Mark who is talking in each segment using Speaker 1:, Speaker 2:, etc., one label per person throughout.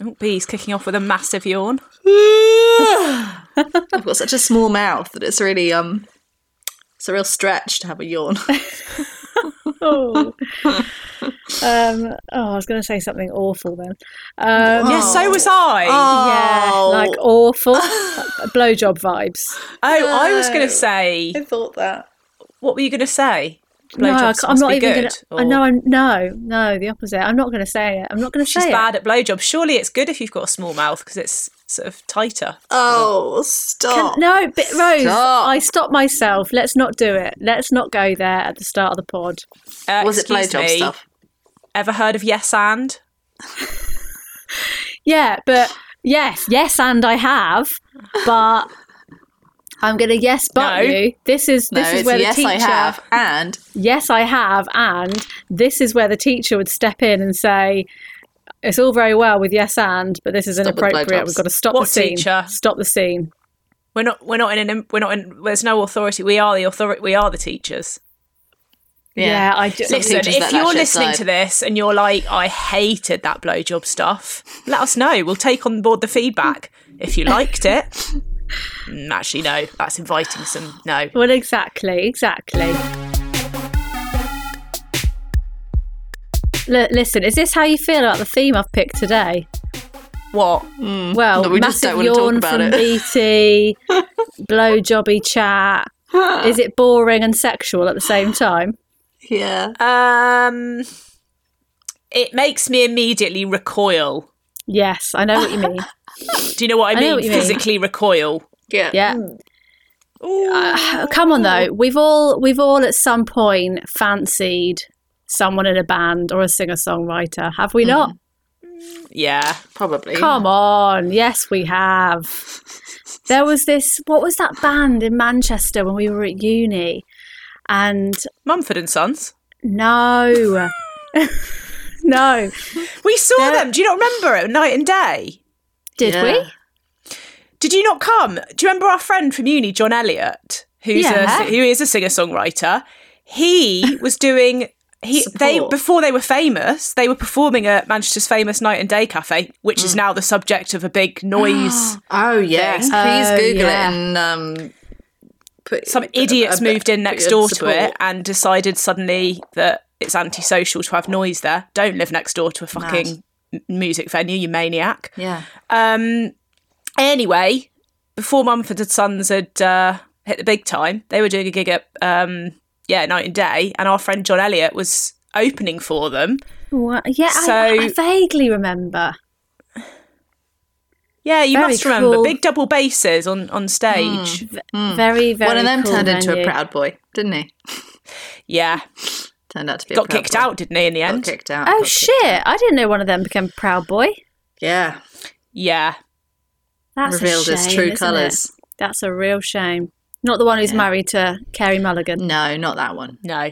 Speaker 1: Oh, Bee's kicking off with a massive yawn.
Speaker 2: I've got such a small mouth that it's really um, it's a real stretch to have a yawn.
Speaker 3: oh. um, oh, I was going to say something awful then. Um,
Speaker 1: Yes, so was I.
Speaker 3: Oh, Yeah, like awful like blowjob vibes.
Speaker 1: oh, I was going
Speaker 2: no.
Speaker 1: to say.
Speaker 2: I thought that.
Speaker 1: What were you going to say?
Speaker 3: no, I
Speaker 1: Blowjobs
Speaker 3: ca- I'm
Speaker 1: must
Speaker 3: not
Speaker 1: be
Speaker 3: even
Speaker 1: good.
Speaker 3: gonna. I know I'm no, no, the opposite. I'm not going to say it. I'm not going to
Speaker 1: She's
Speaker 3: say it.
Speaker 1: bad at blowjobs. Surely it's good if you've got a small mouth because it's sort of tighter.
Speaker 2: Oh, stop!
Speaker 3: No, but Rose,
Speaker 2: Stop.
Speaker 3: I stopped myself. Let's not do it. Let's not go there at the start of the pod.
Speaker 1: Uh,
Speaker 2: was it
Speaker 1: excuse
Speaker 2: blowjob
Speaker 1: me,
Speaker 2: stuff?
Speaker 1: Ever heard of yes and?
Speaker 3: Yeah, but yes, yes, and I have, but I'm gonna yes, but
Speaker 1: No.
Speaker 3: you. This is
Speaker 2: No,
Speaker 3: this is
Speaker 2: it's
Speaker 3: where
Speaker 2: yes,
Speaker 3: the teacher.
Speaker 2: I have, and
Speaker 3: Yes, I have, and this is where the teacher would step in and say. It's all very well with yes and, but this is
Speaker 2: Stop with
Speaker 3: inappropriate.
Speaker 2: blowjobs.
Speaker 3: We've got to stop
Speaker 1: What
Speaker 3: the scene.
Speaker 1: teacher?
Speaker 3: Stop the scene.
Speaker 1: We're not. We're not in an. We're not in. There's no authority. We are the authority. We are the teachers.
Speaker 3: Yeah, I do.
Speaker 2: Some
Speaker 1: Listen,
Speaker 2: teachers
Speaker 1: if
Speaker 2: let that
Speaker 1: you're
Speaker 2: shit
Speaker 1: listening
Speaker 2: slide.
Speaker 1: to this and you're like, I hated that blowjob stuff, let us know. We'll take on board the feedback. If you liked it, Mm, actually, no, that's inviting some. No.
Speaker 3: Well, exactly, exactly. L- listen, is this how you feel about the theme I've picked today?
Speaker 1: What?
Speaker 3: Well,
Speaker 2: Mm. No, we just don't
Speaker 3: massive
Speaker 2: wanna talk
Speaker 3: yawn
Speaker 2: about
Speaker 3: from
Speaker 2: it.
Speaker 3: BT, blowjobby chat. Is it boring and sexual at the same time?
Speaker 2: yeah.
Speaker 1: Um, it makes me immediately recoil.
Speaker 3: Yes, I know what you mean.
Speaker 1: Do you know what I,
Speaker 3: I know
Speaker 1: mean?
Speaker 3: what you mean.
Speaker 1: Physically recoil.
Speaker 2: yeah,
Speaker 3: Yeah. Uh, come on though, we've all we've all at some point fancied someone in a band or a singer songwriter, have we not?
Speaker 2: Mm-hmm.
Speaker 1: Yeah.
Speaker 2: probably.
Speaker 3: Come on. Yes, we have. There was this, what was that band in Manchester when we were at uni? And
Speaker 1: Mumford and Sons.
Speaker 3: no. no.
Speaker 1: We saw them. Do you not remember it? Night and day.
Speaker 3: Did
Speaker 2: Yeah.
Speaker 3: we?
Speaker 1: Did you not come? Do you remember our friend from uni, John Elliott, who's
Speaker 3: Yeah.
Speaker 1: a, who is a singer songwriter? He was doing. He, they
Speaker 2: Support.
Speaker 1: before they were famous, they were performing at Manchester's famous Night and Day Cafe, which
Speaker 2: Mm.
Speaker 1: is now the subject of a big noise.
Speaker 2: Oh yes,
Speaker 3: Oh,
Speaker 2: please Google
Speaker 3: yeah.
Speaker 2: it and um, put
Speaker 1: Some idiots
Speaker 2: a bit-
Speaker 1: moved in
Speaker 2: put
Speaker 1: next
Speaker 2: your
Speaker 1: door
Speaker 2: support.
Speaker 1: to it and decided suddenly that it's antisocial to have noise there. Don't live next door to a fucking m- music venue, you maniac.
Speaker 2: Yeah,
Speaker 1: Um, anyway, before Mumford and Sons had uh, hit the big time, they were doing a gig at um, yeah Night and Day, and our friend John Elliott was opening for them.
Speaker 3: What? Yeah, I,
Speaker 1: So-
Speaker 3: I vaguely remember.
Speaker 1: Yeah, you
Speaker 3: Very
Speaker 1: must remember
Speaker 3: cool. Hmm.
Speaker 1: big double basses on on stage.
Speaker 3: Very, very
Speaker 2: Hmm. one of them
Speaker 3: cool
Speaker 2: turned into a
Speaker 3: venue.
Speaker 2: proud boy, didn't he?
Speaker 1: Yeah,
Speaker 2: Turned out to be a
Speaker 1: got
Speaker 2: proud
Speaker 1: kicked
Speaker 2: boy.
Speaker 1: out, didn't he? In the
Speaker 2: Got
Speaker 1: end,
Speaker 2: kicked out.
Speaker 3: Oh,
Speaker 2: got
Speaker 3: shit. I didn't know one of them became Proud Boy.
Speaker 2: kicked- Yeah,
Speaker 1: yeah.
Speaker 3: That's a
Speaker 2: revealed his
Speaker 3: shame,
Speaker 2: true
Speaker 3: isn't
Speaker 2: colours.
Speaker 3: it? That's a real shame. Not the one who's married to Kerry
Speaker 2: Mm.
Speaker 3: Mulligan.
Speaker 2: No, not that one.
Speaker 1: No,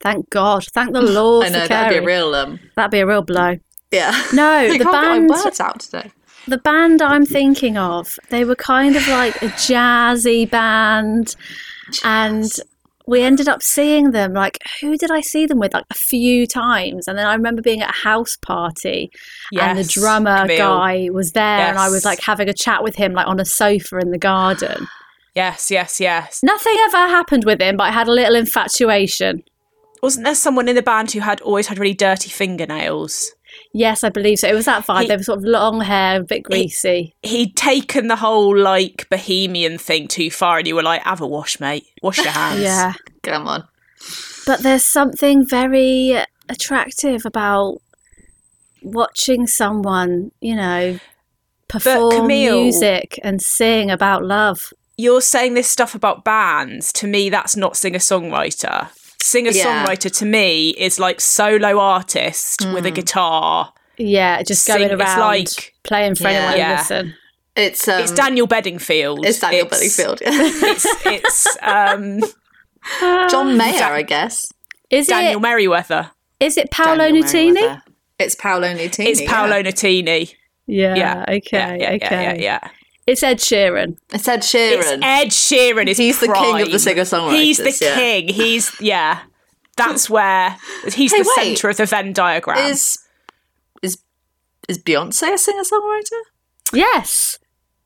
Speaker 3: Thank God. Thank the Lord
Speaker 2: I
Speaker 3: for
Speaker 2: know that'd
Speaker 3: Kerry.
Speaker 2: be a real um.
Speaker 3: that'd be a real blow.
Speaker 2: Yeah.
Speaker 3: No,
Speaker 2: They
Speaker 3: the
Speaker 2: can't
Speaker 3: band.
Speaker 2: Get my words out today.
Speaker 3: The band I'm thinking of, they were kind of like a jazzy band, and we ended up seeing them. Like, who did I see them with? Like a few times, and then I remember being at a house party, and the
Speaker 1: Yes,
Speaker 3: drummer
Speaker 1: Camille.
Speaker 3: guy was there, and I was
Speaker 1: Yes.
Speaker 3: like having a chat with him, like on a sofa in the garden.
Speaker 1: Yes, yes, yes.
Speaker 3: Nothing ever happened with him, but I had a little infatuation.
Speaker 1: Wasn't there someone in the band who had always had really dirty fingernails?
Speaker 3: Yes, I believe so. It was that vibe.
Speaker 1: He-
Speaker 3: they were sort of long hair, a bit greasy.
Speaker 1: He'd taken the whole like bohemian thing too far, and you were like, "Have a wash, mate. Wash your hands."
Speaker 3: yeah.
Speaker 2: Come on.
Speaker 3: But there's something very attractive about watching someone, you know, perform
Speaker 1: Camille-
Speaker 3: music and sing about love.
Speaker 1: you're saying this stuff about bands. To me, that's not singer songwriter. Singer songwriter to me is like solo artist with a
Speaker 2: Mm.
Speaker 1: guitar.
Speaker 3: Yeah, just
Speaker 1: Sing-
Speaker 3: going
Speaker 1: it's
Speaker 3: around
Speaker 1: like-
Speaker 3: playing for
Speaker 2: Yeah.
Speaker 3: anyone to
Speaker 1: Yeah.
Speaker 3: listen.
Speaker 2: It's um.
Speaker 1: It's Daniel Bedingfield.
Speaker 2: it's Daniel
Speaker 1: It's-
Speaker 2: Bedingfield. Yeah.
Speaker 1: It's, it's um,
Speaker 2: John Mayer, I guess.
Speaker 3: Is
Speaker 1: Daniel
Speaker 3: it
Speaker 1: Merriweather.
Speaker 3: is it Paolo
Speaker 2: Daniel
Speaker 3: Nutini?
Speaker 2: Merriweather. It's Paolo Nutini.
Speaker 1: It's Paolo Nutini.
Speaker 3: Yeah,
Speaker 1: Yeah.
Speaker 3: okay,
Speaker 1: Yeah, yeah,
Speaker 3: okay.
Speaker 1: yeah, yeah, yeah.
Speaker 3: It's Ed Sheeran.
Speaker 2: It's Ed
Speaker 1: It's
Speaker 2: Sheeran.
Speaker 1: Ed Sheeran. Is
Speaker 2: He's the king of the
Speaker 1: prime.
Speaker 2: singer-songwriters,
Speaker 1: He's the
Speaker 2: yeah.
Speaker 1: king. He's yeah. That's where he's
Speaker 2: Hey,
Speaker 1: the
Speaker 2: wait.
Speaker 1: centre of the Venn diagram.
Speaker 2: is is is Beyonce a singer songwriter?
Speaker 3: Yes.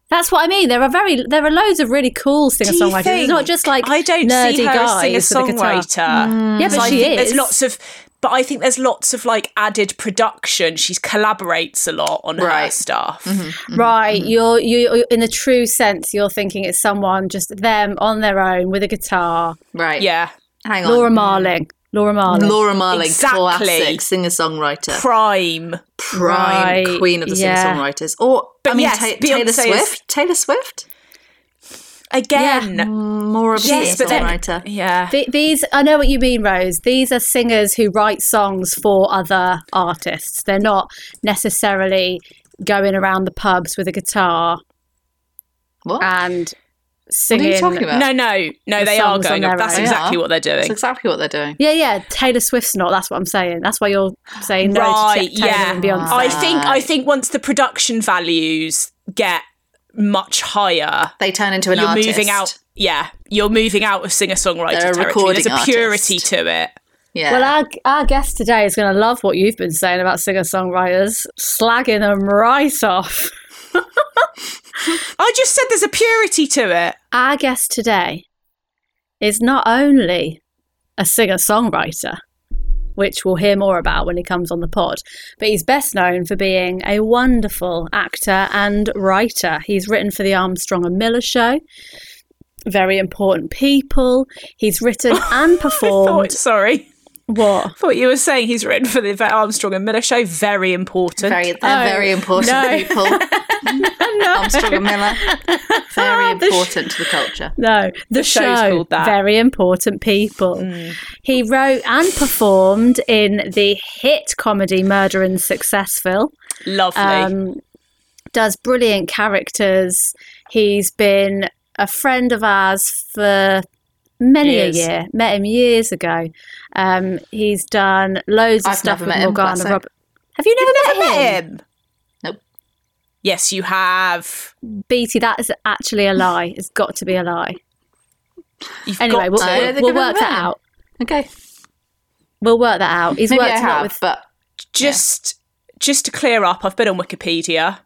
Speaker 3: That's what I mean. There are very there are loads of really cool singer songwriters. It's not just like
Speaker 1: I don't
Speaker 3: nerdy
Speaker 1: see her
Speaker 3: guys
Speaker 1: as singer
Speaker 3: with a guitar.
Speaker 1: songwriter.
Speaker 2: Mm.
Speaker 3: Yeah,
Speaker 1: So
Speaker 3: but
Speaker 1: I
Speaker 3: she
Speaker 1: think
Speaker 3: is.
Speaker 1: there's lots of but I think there's lots of like added production. She collaborates a lot on her
Speaker 2: Right.
Speaker 1: stuff.
Speaker 3: Mm-hmm. right. You're you in the true sense. You're thinking it's someone just them on their own with a guitar.
Speaker 2: Right.
Speaker 1: Yeah.
Speaker 2: Hang on.
Speaker 3: Laura Marling. Laura Marling.
Speaker 2: Laura Marling,
Speaker 1: Exactly.
Speaker 2: classic singer songwriter,
Speaker 1: Prime.
Speaker 2: prime
Speaker 3: Right,
Speaker 2: queen of the
Speaker 3: yeah.
Speaker 2: singer songwriters. Or
Speaker 1: But
Speaker 2: I mean,
Speaker 1: yes,
Speaker 2: Ta- Taylor
Speaker 1: Beyonce is-
Speaker 2: Swift. Taylor Swift, Mm,
Speaker 1: Again.
Speaker 2: more of a
Speaker 1: Yes, but
Speaker 2: singer
Speaker 1: then-
Speaker 2: songwriter.
Speaker 1: Yeah.
Speaker 3: Th- these I know what you mean, Rose. These are singers who write songs for other artists. They're not necessarily going around the pubs with a guitar
Speaker 2: What?
Speaker 3: and
Speaker 2: what
Speaker 3: singing.
Speaker 2: are you talking about?
Speaker 1: No, no, no.
Speaker 3: The
Speaker 1: They are
Speaker 3: songs on
Speaker 1: going.
Speaker 3: their
Speaker 1: Up. That's
Speaker 3: own.
Speaker 2: They
Speaker 1: exactly
Speaker 2: are.
Speaker 1: what they're
Speaker 2: That's
Speaker 1: doing.
Speaker 2: exactly what they're doing.
Speaker 3: Yeah, yeah. Taylor Swift's not. That's what I'm saying. That's why you're saying no to
Speaker 1: Right,
Speaker 3: Ta- Taylor
Speaker 1: yeah.
Speaker 3: and Beyonce.
Speaker 1: I think. I think once the production values get much higher,
Speaker 2: They turn into an
Speaker 1: you're
Speaker 2: artist.
Speaker 1: moving out. Yeah, you're moving out of singer songwriter
Speaker 2: They're a
Speaker 1: territory. There's a
Speaker 2: recording
Speaker 1: purity
Speaker 2: artist.
Speaker 1: to it.
Speaker 2: Yeah.
Speaker 3: Well, our, our guest today is going to love what you've been saying about singer songwriters, slagging them right off.
Speaker 1: I just said there's a purity to it.
Speaker 3: Our guest today is not only a singer songwriter, which we'll hear more about when he comes on the pod, but he's best known for being a wonderful actor and writer. He's written for the Armstrong and Miller show. Very important people. He's written and
Speaker 1: I
Speaker 3: performed.
Speaker 1: thought. Oh, Sorry,
Speaker 3: What?
Speaker 1: thought you were saying he's written for the Armstrong and Miller show. Very important.
Speaker 2: very, they're
Speaker 3: Oh,
Speaker 2: very important
Speaker 3: no.
Speaker 2: people. Armstrong and Miller, very important to the culture.
Speaker 3: No, the, show.
Speaker 1: show's called that. Hmm.
Speaker 3: Very important people. He wrote and performed in the hit comedy Murder and Successful.
Speaker 1: Lovely.
Speaker 3: Um, does brilliant characters. He's been a friend of ours for many
Speaker 1: Years.
Speaker 3: a year. Met him years ago. Um, he's done loads of
Speaker 2: I've
Speaker 3: stuff
Speaker 2: never
Speaker 3: with
Speaker 2: met him,
Speaker 3: Morgana
Speaker 2: classic.
Speaker 3: Roberts. Have you never,
Speaker 1: Never
Speaker 3: met, him?
Speaker 1: met him.
Speaker 2: Nope.
Speaker 1: Yes, you have.
Speaker 3: Beatty, that is actually a lie. It's got to be a lie.
Speaker 1: You've
Speaker 3: Anyway,
Speaker 1: got
Speaker 3: we'll,
Speaker 1: to.
Speaker 2: I don't think
Speaker 3: we'll
Speaker 2: I've
Speaker 3: work
Speaker 2: ever
Speaker 3: that
Speaker 2: met him.
Speaker 3: out.
Speaker 2: Okay,
Speaker 3: We'll work that out. He's
Speaker 2: maybe
Speaker 3: worked
Speaker 2: I
Speaker 3: a lot
Speaker 2: have,
Speaker 3: with
Speaker 2: but
Speaker 1: just just to clear up, I've been on Wikipedia.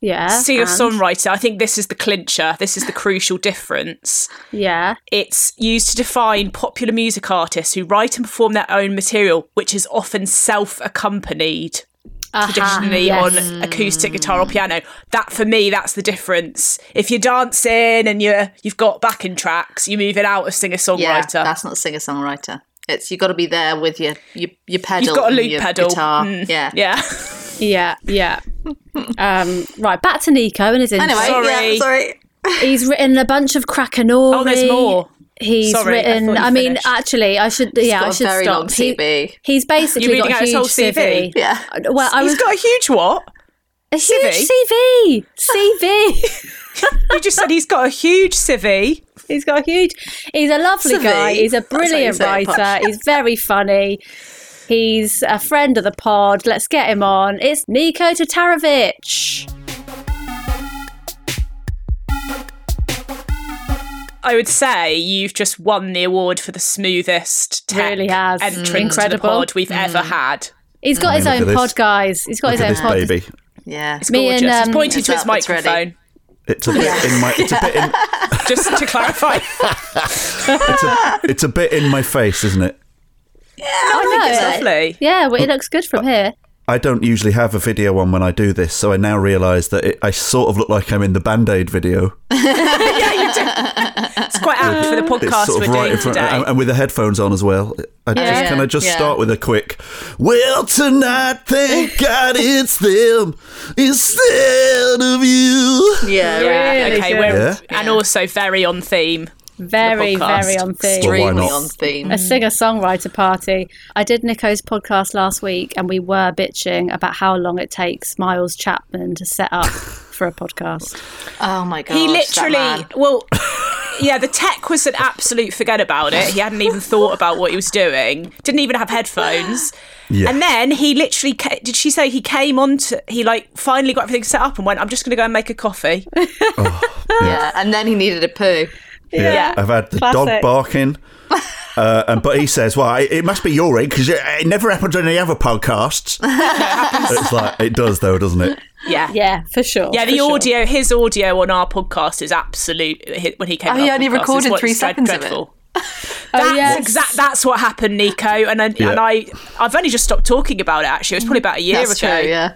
Speaker 3: yeah,
Speaker 1: Singer
Speaker 3: Uh, and-
Speaker 1: songwriter. I think this is the clincher. This is the crucial difference.
Speaker 3: yeah,
Speaker 1: It's used to define popular music artists who write and perform their own material, which is often self-accompanied
Speaker 3: Aha,
Speaker 2: Ah,
Speaker 1: traditionally
Speaker 3: uh-huh, yes.
Speaker 1: on acoustic guitar or piano. That for me, that's the difference. If you're dancing and you're you've got backing tracks, you move it out of singer
Speaker 2: yeah,
Speaker 1: songwriter.
Speaker 2: that's not singer songwriter. It's you got to be there with your your, your pedal,
Speaker 1: you've got a
Speaker 2: and
Speaker 1: loop
Speaker 2: your
Speaker 1: pedal.
Speaker 2: guitar.
Speaker 1: Mm,
Speaker 2: Yeah,
Speaker 1: Yeah.
Speaker 3: yeah, yeah. um, right, back to Nico and his
Speaker 2: Anyway,
Speaker 3: interest.
Speaker 1: Sorry.
Speaker 2: yeah, sorry.
Speaker 3: He's written a bunch of Krakenori.
Speaker 1: Oh, there's more.
Speaker 3: He's
Speaker 1: Sorry, I
Speaker 3: written.
Speaker 1: thought you
Speaker 3: I, mean,
Speaker 1: finished.
Speaker 3: actually, I should. Yeah,
Speaker 2: got
Speaker 3: I
Speaker 2: a
Speaker 3: should
Speaker 2: very
Speaker 3: stop.
Speaker 2: long CV.
Speaker 3: he's basically
Speaker 1: You're reading
Speaker 3: got
Speaker 1: out
Speaker 3: a
Speaker 1: his
Speaker 3: huge
Speaker 1: whole CV?
Speaker 2: Yeah.
Speaker 3: Well, I was
Speaker 1: He's got a huge what?
Speaker 3: a huge
Speaker 1: CV?
Speaker 3: CV. CV.
Speaker 1: You just said he's got a huge civvy.
Speaker 3: he's got a huge. He's a lovely
Speaker 2: CV.
Speaker 3: guy. He's a
Speaker 2: That's how you
Speaker 3: brilliant
Speaker 2: say it, posh.
Speaker 3: writer. He's very funny. He's a friend of the pod. Let's get him on. It's Nico Tatarovich.
Speaker 1: I would say you've just won the award for the smoothest tech
Speaker 3: Really has.
Speaker 1: entrance to the
Speaker 3: Incredible.
Speaker 1: pod we've
Speaker 2: Mm.
Speaker 1: ever had.
Speaker 3: He's got his
Speaker 4: look
Speaker 3: own
Speaker 4: at
Speaker 3: pod,
Speaker 4: this.
Speaker 3: guys. He's got his
Speaker 4: Look at
Speaker 3: own
Speaker 4: this
Speaker 3: pod.
Speaker 4: baby.
Speaker 2: Yeah.
Speaker 1: It's
Speaker 3: Me
Speaker 1: gorgeous.
Speaker 3: and,
Speaker 1: He's
Speaker 3: um,
Speaker 1: pointing
Speaker 2: It's
Speaker 1: to his
Speaker 2: up, it's ready.
Speaker 1: microphone,
Speaker 4: It's a bit in my. It's a bit in.
Speaker 1: just to clarify.
Speaker 4: It's a, it's a bit in my face, isn't it?
Speaker 3: I know.
Speaker 1: Oh, it's
Speaker 3: it.
Speaker 1: lovely.
Speaker 3: Yeah, well, it looks good from here.
Speaker 4: I don't usually have a video on when I do this, so I now realise that it, I sort of look like I'm in the Band Aid video.
Speaker 1: It's quite apt for the
Speaker 4: It's
Speaker 1: podcast
Speaker 4: sort
Speaker 1: we're
Speaker 4: of right
Speaker 1: doing
Speaker 4: in front,
Speaker 1: today.
Speaker 4: and, and with the headphones on as well. I just,
Speaker 3: Yeah.
Speaker 4: Can I just
Speaker 2: Yeah.
Speaker 4: start with a quick? Well, tonight, thank God it's them instead of you.
Speaker 2: Yeah,
Speaker 1: yeah,
Speaker 2: really.
Speaker 1: okay,
Speaker 3: good.
Speaker 1: we're
Speaker 4: Yeah.
Speaker 1: and also very on theme.
Speaker 3: Very,
Speaker 1: podcast.
Speaker 3: very on theme.
Speaker 4: Well, why
Speaker 2: Extremely
Speaker 4: not?
Speaker 2: on theme.
Speaker 3: A singer songwriter party. I did Nico's podcast last week and we were bitching about how long it takes Miles Chapman to set up for a podcast.
Speaker 2: Oh my god.
Speaker 1: He literally, well, yeah, the tech was an absolute forget about it. He hadn't even thought about what he was doing. Didn't even have headphones.
Speaker 4: Yeah.
Speaker 1: And then he literally ca- did. She say he came on to. He like finally got everything set up and went. I'm just going to go and make a coffee.
Speaker 2: Yeah, and then he needed a poo.
Speaker 4: Yeah. I've had the dog
Speaker 3: Classic.
Speaker 4: barking. Uh, and, but he says, "Well, it, it must be your rig because it, it never happens on any other podcasts." it's like it does, though, doesn't it?
Speaker 1: Yeah. yeah.
Speaker 3: Yeah, for sure.
Speaker 1: the
Speaker 3: for sure.
Speaker 1: audio, his audio on our podcast is absolute. hi- When he came,
Speaker 2: Oh,
Speaker 1: on
Speaker 2: he
Speaker 1: our
Speaker 2: only
Speaker 1: podcast, is
Speaker 2: recorded
Speaker 1: what
Speaker 2: three
Speaker 1: he said,
Speaker 2: seconds of it.
Speaker 1: dreadful.
Speaker 3: Oh,
Speaker 1: That's
Speaker 3: yes.
Speaker 1: exact. That's what happened, Nico. And I,
Speaker 4: Yeah.
Speaker 1: and I, I've only just stopped talking about it. Actually, it was probably about a year
Speaker 2: That's true,
Speaker 1: ago.
Speaker 2: yeah.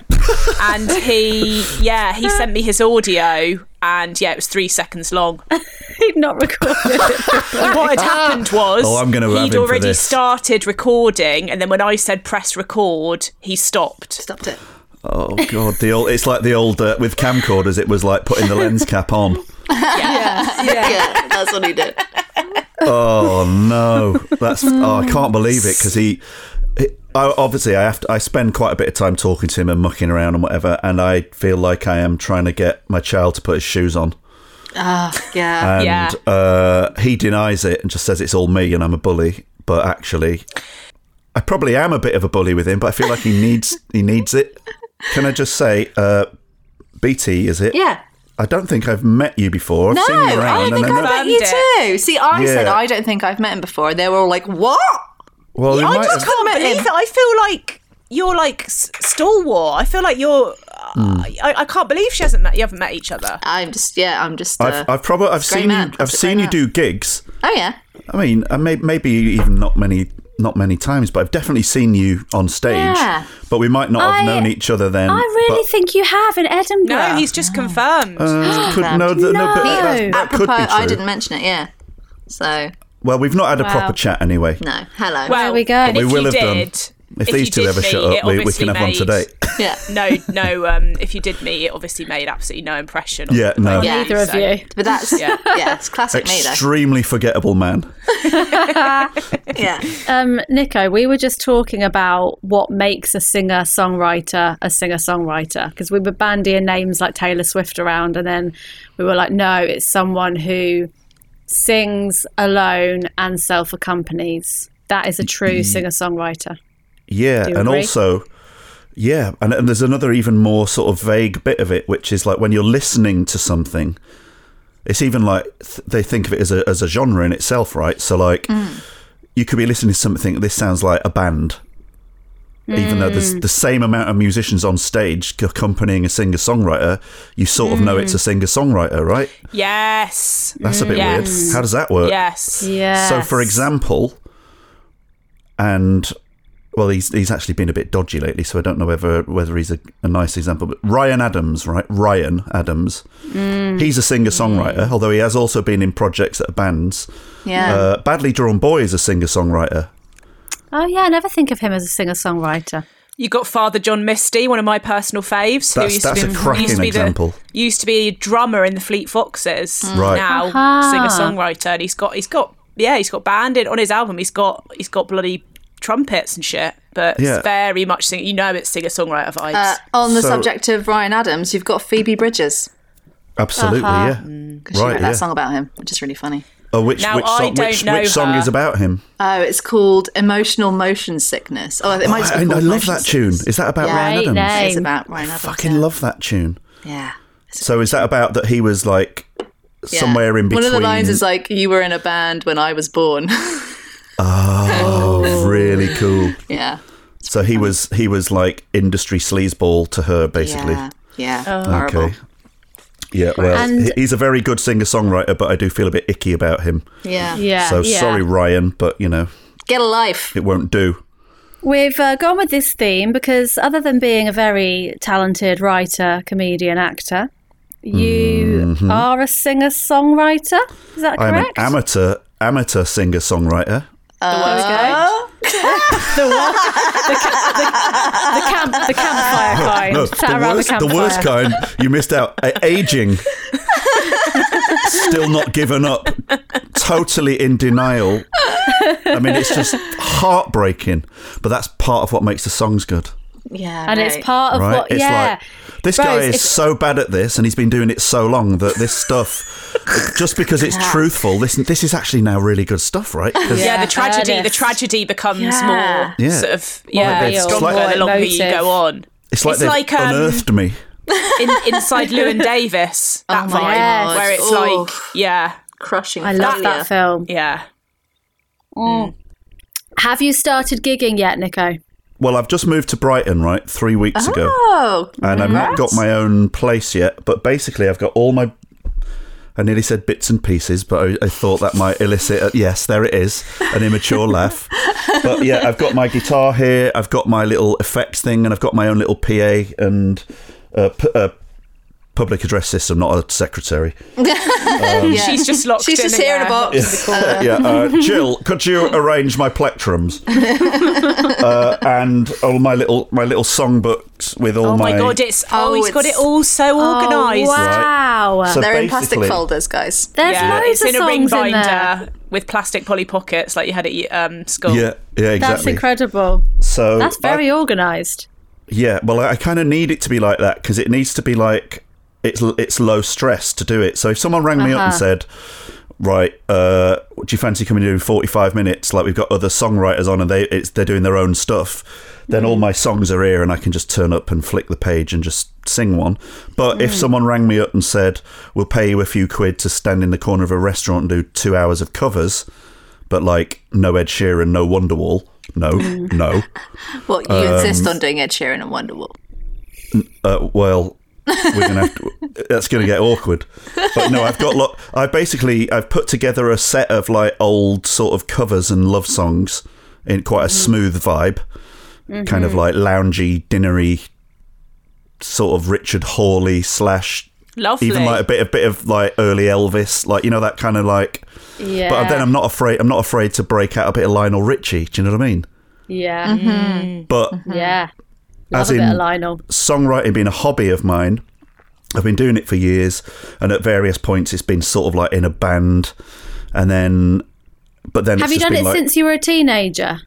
Speaker 1: And he, yeah, he sent me his audio, and yeah, it was three seconds long.
Speaker 3: He'd not recorded it.
Speaker 1: And what had
Speaker 3: Ah.
Speaker 1: happened was
Speaker 4: Oh, I'm gonna have him
Speaker 1: he'd
Speaker 4: for
Speaker 1: already
Speaker 4: this.
Speaker 1: started recording, and then when I said press record, he stopped.
Speaker 2: Stopped it.
Speaker 4: Oh god, the old. It's like the old uh, with camcorders. It was like putting the lens cap on.
Speaker 2: Yeah. that's what he did.
Speaker 4: Oh no, that's oh, I can't believe it because he, he- I, obviously I have to, I spend quite a bit of time talking to him and mucking around and whatever, and I feel like I am trying to get my child to put his shoes on,
Speaker 2: Yeah.
Speaker 4: and
Speaker 1: Yeah.
Speaker 4: uh, he denies it and just says it's all me and I'm a bully, but actually, I probably am a bit of a bully with him, but I feel like he needs he needs it. Can I just say, uh, BT, is it?
Speaker 2: yeah.
Speaker 4: I don't think I've met you before. I've
Speaker 2: No,
Speaker 4: seen you
Speaker 2: I
Speaker 4: around.
Speaker 2: don't think
Speaker 4: and
Speaker 2: I've
Speaker 4: know-
Speaker 2: met you
Speaker 1: Confirmed
Speaker 2: too. See, I said
Speaker 4: Yeah.
Speaker 2: I don't think I've met him before. They were all like, what?
Speaker 4: well, you
Speaker 1: I
Speaker 4: might
Speaker 1: just
Speaker 4: have.
Speaker 1: can't
Speaker 2: met
Speaker 1: believe
Speaker 2: him.
Speaker 1: it. I feel like you're like s- stalwart. I feel like you're.
Speaker 4: Hmm.
Speaker 1: I, I can't believe she hasn't met. You haven't met each other.
Speaker 2: I'm just, yeah, I'm just. Uh,
Speaker 4: I've, I've probably I've
Speaker 2: a great
Speaker 4: seen
Speaker 2: man.
Speaker 4: you I've
Speaker 2: He's a
Speaker 4: seen
Speaker 2: great
Speaker 4: you
Speaker 2: man.
Speaker 4: do gigs.
Speaker 2: oh, yeah.
Speaker 4: I mean, I may, maybe even not many not many times, but I've definitely seen you on stage.
Speaker 2: Yeah.
Speaker 4: But we might not have
Speaker 3: I-
Speaker 4: known each other then.
Speaker 3: I really think you have in Edinburgh.
Speaker 1: No, he's just confirmed.
Speaker 4: but, could, no, th- no, but
Speaker 3: No.
Speaker 4: that,
Speaker 3: He-
Speaker 4: that could
Speaker 2: Apropos,
Speaker 4: be true.
Speaker 2: I didn't mention it, yeah. So,
Speaker 4: Well, we've not had a proper chat anyway.
Speaker 2: no. Hello.
Speaker 1: well,
Speaker 3: there we go.
Speaker 1: and
Speaker 4: We
Speaker 1: if
Speaker 4: will
Speaker 1: you
Speaker 4: have done.
Speaker 1: did,
Speaker 4: If,
Speaker 1: if
Speaker 4: these
Speaker 1: you
Speaker 4: two
Speaker 1: did
Speaker 4: ever
Speaker 1: meet,
Speaker 4: shut
Speaker 1: it
Speaker 4: up, we, we
Speaker 1: obviously
Speaker 4: can have one
Speaker 1: made-
Speaker 4: today.
Speaker 2: yeah.
Speaker 1: No, no. Um, if you did meet, it obviously made absolutely no impression. On
Speaker 4: Yeah, no.
Speaker 2: Yeah.
Speaker 3: Neither of
Speaker 1: So-
Speaker 3: you.
Speaker 2: But that's, yeah, it's classic me,
Speaker 4: Extremely forgettable man.
Speaker 2: though. Yeah.
Speaker 3: Um, Nico, we were just talking about what makes a singer songwriter a singer songwriter because we were bandying names like Taylor Swift around, and then we were like, no, it's someone who sings alone and self accompanies. That is a
Speaker 4: Mm-hmm.
Speaker 3: true singer songwriter.
Speaker 4: Yeah,
Speaker 3: you
Speaker 4: and
Speaker 3: agree?
Speaker 4: also, yeah, and, and there's another even more sort of vague bit of it, which is like when you're listening to something, it's even like th- they think of it as a as a genre in itself, right? So like, you could be listening to something. This sounds like a band, even though there's the same amount of musicians on stage accompanying a singer songwriter. You sort of know it's a singer songwriter, right?
Speaker 1: Yes.
Speaker 4: That's a bit
Speaker 1: Mm, Yes.
Speaker 4: weird. How does that work?
Speaker 1: Yes.
Speaker 3: Yeah.
Speaker 4: So, for example, and well, he's he's actually been a bit dodgy lately, so I don't know whether whether he's a, a nice example. But Ryan Adams, right? Ryan Adams,
Speaker 1: Mm.
Speaker 4: he's a singer songwriter, although he has also been in projects at bands.
Speaker 2: Yeah.
Speaker 4: Uh, Badly Drawn Boy is a singer songwriter.
Speaker 3: Oh yeah, I never think of him as a singer songwriter.
Speaker 1: You got Father John Misty, one of my personal faves.
Speaker 4: That's- that's a cracking
Speaker 1: used to be the-
Speaker 4: example.
Speaker 1: used to be a drummer in the Fleet Foxes.
Speaker 4: Right.
Speaker 1: Now
Speaker 3: Mm. Aha.
Speaker 1: singer songwriter, and he's got he's got yeah he's got banded on his album. He's got he's got bloody trumpets and shit. But
Speaker 4: Yeah.
Speaker 1: it's very much sing- you know it's singer songwriter vibes.
Speaker 2: Uh, on the
Speaker 4: So-
Speaker 2: subject of Ryan Adams, you've got Phoebe Bridges
Speaker 4: Absolutely,
Speaker 1: Uh-huh.
Speaker 2: because
Speaker 4: yeah.
Speaker 2: she
Speaker 4: Right,
Speaker 2: wrote that
Speaker 4: yeah.
Speaker 2: song about him, which is really funny.
Speaker 4: Oh, which
Speaker 1: Mm. Now,
Speaker 4: which
Speaker 1: I
Speaker 4: song,
Speaker 1: don't
Speaker 4: which,
Speaker 1: know
Speaker 4: which song
Speaker 1: her.
Speaker 4: is about him?
Speaker 2: Oh, it's called Emotional Motion Sickness. Oh, it might just
Speaker 4: I,
Speaker 2: be
Speaker 4: I
Speaker 2: called
Speaker 4: love
Speaker 2: Motion
Speaker 4: that tune.
Speaker 2: Sickness.
Speaker 4: Is that about
Speaker 2: Yeah.
Speaker 4: Ryan
Speaker 3: Right,
Speaker 4: Adams?
Speaker 3: no.
Speaker 2: It's about Ryan Adams.
Speaker 4: Fucking
Speaker 2: yeah.
Speaker 4: love that tune.
Speaker 2: Yeah. It's-
Speaker 4: So is that about that he was like
Speaker 2: yeah.
Speaker 4: somewhere in between?
Speaker 2: One of the lines is like, "You were in a band when I was born."
Speaker 4: Oh, really cool.
Speaker 2: yeah.
Speaker 4: So he was he was like industry sleazeball to her, basically.
Speaker 2: Yeah. Yeah.
Speaker 3: Oh.
Speaker 2: Horrible.
Speaker 4: Okay. Yeah, well,
Speaker 3: And-
Speaker 4: he- he's a very good singer songwriter, but I do feel a bit icky about him.
Speaker 2: Yeah.
Speaker 3: Yeah.
Speaker 4: so
Speaker 3: yeah.
Speaker 4: sorry, Ryan, but you know
Speaker 2: Get a life.
Speaker 4: it won't do.
Speaker 3: We've uh, gone with this theme because, other than being a very talented writer, comedian, actor, you are a singer songwriter. Is that
Speaker 4: I am Mm-hmm. an
Speaker 3: correct?
Speaker 4: amateur amateur singer songwriter.
Speaker 1: Uh-huh.
Speaker 3: the, camp, the campfire kind.
Speaker 4: No,
Speaker 3: Sat
Speaker 4: the
Speaker 3: around
Speaker 4: worst,
Speaker 3: the
Speaker 4: the,
Speaker 3: campfire.
Speaker 4: worst kind. You missed out. A- aging, still not given up, totally in denial. I mean, it's just heartbreaking. But that's part of what makes the songs good,
Speaker 2: Yeah.
Speaker 3: and it's
Speaker 2: right.
Speaker 3: part of
Speaker 4: right?
Speaker 3: what,
Speaker 4: it's
Speaker 3: yeah.
Speaker 4: like this guy
Speaker 3: Rose,
Speaker 4: is
Speaker 3: if-
Speaker 4: so bad at this, and he's been doing it so long that this stuff, just because it's truthful, this this is actually now really good stuff, right? 'Cause-
Speaker 1: yeah, the tragedy the
Speaker 3: Earnest.
Speaker 1: tragedy becomes
Speaker 2: Yeah.
Speaker 1: more
Speaker 4: Yeah.
Speaker 1: sort of yeah
Speaker 4: they've
Speaker 1: stronger
Speaker 4: slightly-
Speaker 1: the longer you
Speaker 3: Motive.
Speaker 1: go on.
Speaker 4: It's like
Speaker 1: It's
Speaker 4: they've
Speaker 1: like, um,
Speaker 4: unearthed me.
Speaker 1: In, inside Lewin Davis, that
Speaker 2: my
Speaker 1: vibe
Speaker 3: God.
Speaker 1: where it's
Speaker 2: Ooh.
Speaker 1: like yeah
Speaker 2: crushing.
Speaker 3: I love
Speaker 2: failure.
Speaker 3: that film.
Speaker 1: yeah
Speaker 3: Have you started gigging yet, Nico?
Speaker 4: Well, I've just moved to Brighton, right, three weeks ago.
Speaker 2: Oh,
Speaker 4: and I've not got
Speaker 2: congrats.
Speaker 4: my own place yet. But basically, I've got all my. I nearly said bits and pieces, but I, I thought that might elicit. A, yes, there it is, an immature laugh. But yeah, I've got my guitar here. I've got my little effects thing, and I've got my own little PA and uh, p- uh, public address system, not a secretary.
Speaker 1: She's just locked
Speaker 2: She's
Speaker 1: in
Speaker 2: just here in a
Speaker 1: there.
Speaker 2: box. Uh,
Speaker 4: yeah, uh, Jill, could you arrange my plectrums uh, and all my little my little songbooks with all
Speaker 1: Oh
Speaker 4: my
Speaker 1: my god, it's oh,
Speaker 2: Oh,
Speaker 1: he's got it
Speaker 2: it's-
Speaker 1: all so organised.
Speaker 3: Oh, wow.
Speaker 4: So
Speaker 2: They're in plastic
Speaker 4: basically-
Speaker 2: folders, guys.
Speaker 3: There's
Speaker 1: Yeah,
Speaker 3: loads
Speaker 1: it's
Speaker 3: of
Speaker 1: in a
Speaker 3: songs
Speaker 1: ring
Speaker 3: in there.
Speaker 1: binder with plastic poly pockets like you had at um, school.
Speaker 4: Yeah, yeah, exactly.
Speaker 3: That's incredible.
Speaker 4: So
Speaker 3: That's
Speaker 4: I-
Speaker 3: very organised.
Speaker 4: Yeah, well, I, I kind of need it to be like that because it needs to be like it's it's low stress to do it. So if someone rang me up and said, "Right, uh, do you fancy coming in in forty five minutes?" Like we've got other songwriters on and they it's they're doing their own stuff, then all my songs are here and I can just turn up and flick the page and just sing one. But if someone rang me up and said, "We'll pay you a few quid to stand in the corner of a restaurant and do two hours of covers," but like no Ed Sheeran, no Wonderwall, no, no.
Speaker 2: Well, you
Speaker 4: um,
Speaker 2: insist on doing Ed Sheeran and Wonderwall.
Speaker 4: uh, well we're gonna have to, that's gonna get awkward but no i've got lot i basically i've put together a set of like old sort of covers and love songs in quite a smooth vibe kind of like loungy dinnery sort of richard hawley slash
Speaker 1: Lovely.
Speaker 4: even like a bit a bit of like early elvis like you know that kind of like
Speaker 3: Yeah.
Speaker 4: but then i'm not afraid i'm not afraid to break out a bit of lionel richie do you know what i mean
Speaker 3: yeah. Mm-hmm.
Speaker 4: but
Speaker 3: Yeah. Love
Speaker 4: As
Speaker 3: a bit
Speaker 4: in-
Speaker 3: of Lionel.
Speaker 4: songwriting being a hobby of mine. I've been doing it for years, and at various points, it's been sort of like in a band, and then, but then
Speaker 3: Have
Speaker 4: it's
Speaker 3: you
Speaker 4: just
Speaker 3: done
Speaker 4: been
Speaker 3: it
Speaker 4: like,
Speaker 3: since you were a teenager?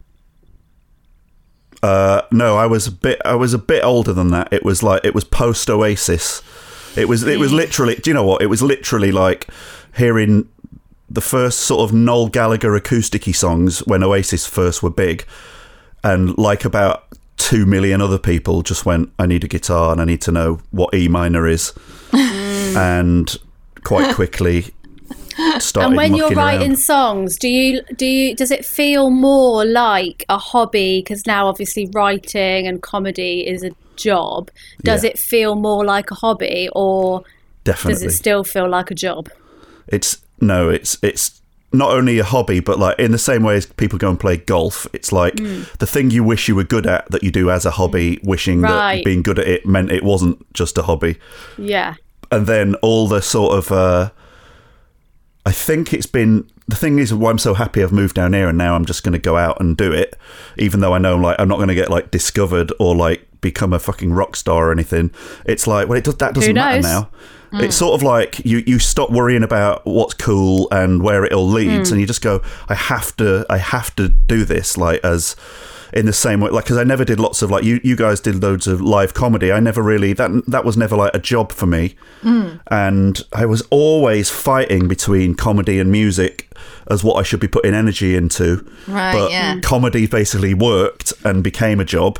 Speaker 4: Uh, no, I was a bit, I was a bit older than that. It was like it was post Oasis. It was, it
Speaker 3: Hmm.
Speaker 4: was literally. Do you know what? It was literally like hearing the first sort of Noel Gallagher acousticy songs when Oasis first were big, and like about two million other people just went, "I need a guitar and I need to know what E minor is," and quite quickly started.
Speaker 3: Hmm. And when you're
Speaker 4: mucking around.
Speaker 3: writing songs, do you do you does it feel more like a hobby? Because now obviously writing and comedy is a job. Does
Speaker 4: Yeah.
Speaker 3: it feel more like a hobby, or does
Speaker 4: definitely,
Speaker 3: it still feel like a job?
Speaker 4: It's no, it's it's not only a hobby, but like in the same way as people go and play golf, it's like
Speaker 3: Mm.
Speaker 4: the thing you wish you were good at that you do as a hobby, wishing
Speaker 3: Right.
Speaker 4: that being good at it meant it wasn't just a hobby.
Speaker 3: Yeah.
Speaker 4: And then all the sort of, uh, I think it's been the thing is why I'm so happy I've moved down here and now I'm just going to go out and do it, even though I know like I'm not going to get like discovered or like become a fucking rock star or anything. It's like well, it does that doesn't matter
Speaker 3: knows?
Speaker 4: now. It's sort of like you, you stop worrying about what's cool and where it all
Speaker 2: Hmm.
Speaker 4: leads, and you just go, I have to, I have to do this. Like as in the same way, like because I never did lots of like you, you guys did loads of live comedy. I never really that that was never like a job for me,
Speaker 2: Hmm.
Speaker 4: and I was always fighting between comedy and music as what I should be putting energy into.
Speaker 2: Right,
Speaker 4: but
Speaker 2: yeah.
Speaker 4: comedy basically worked and became a job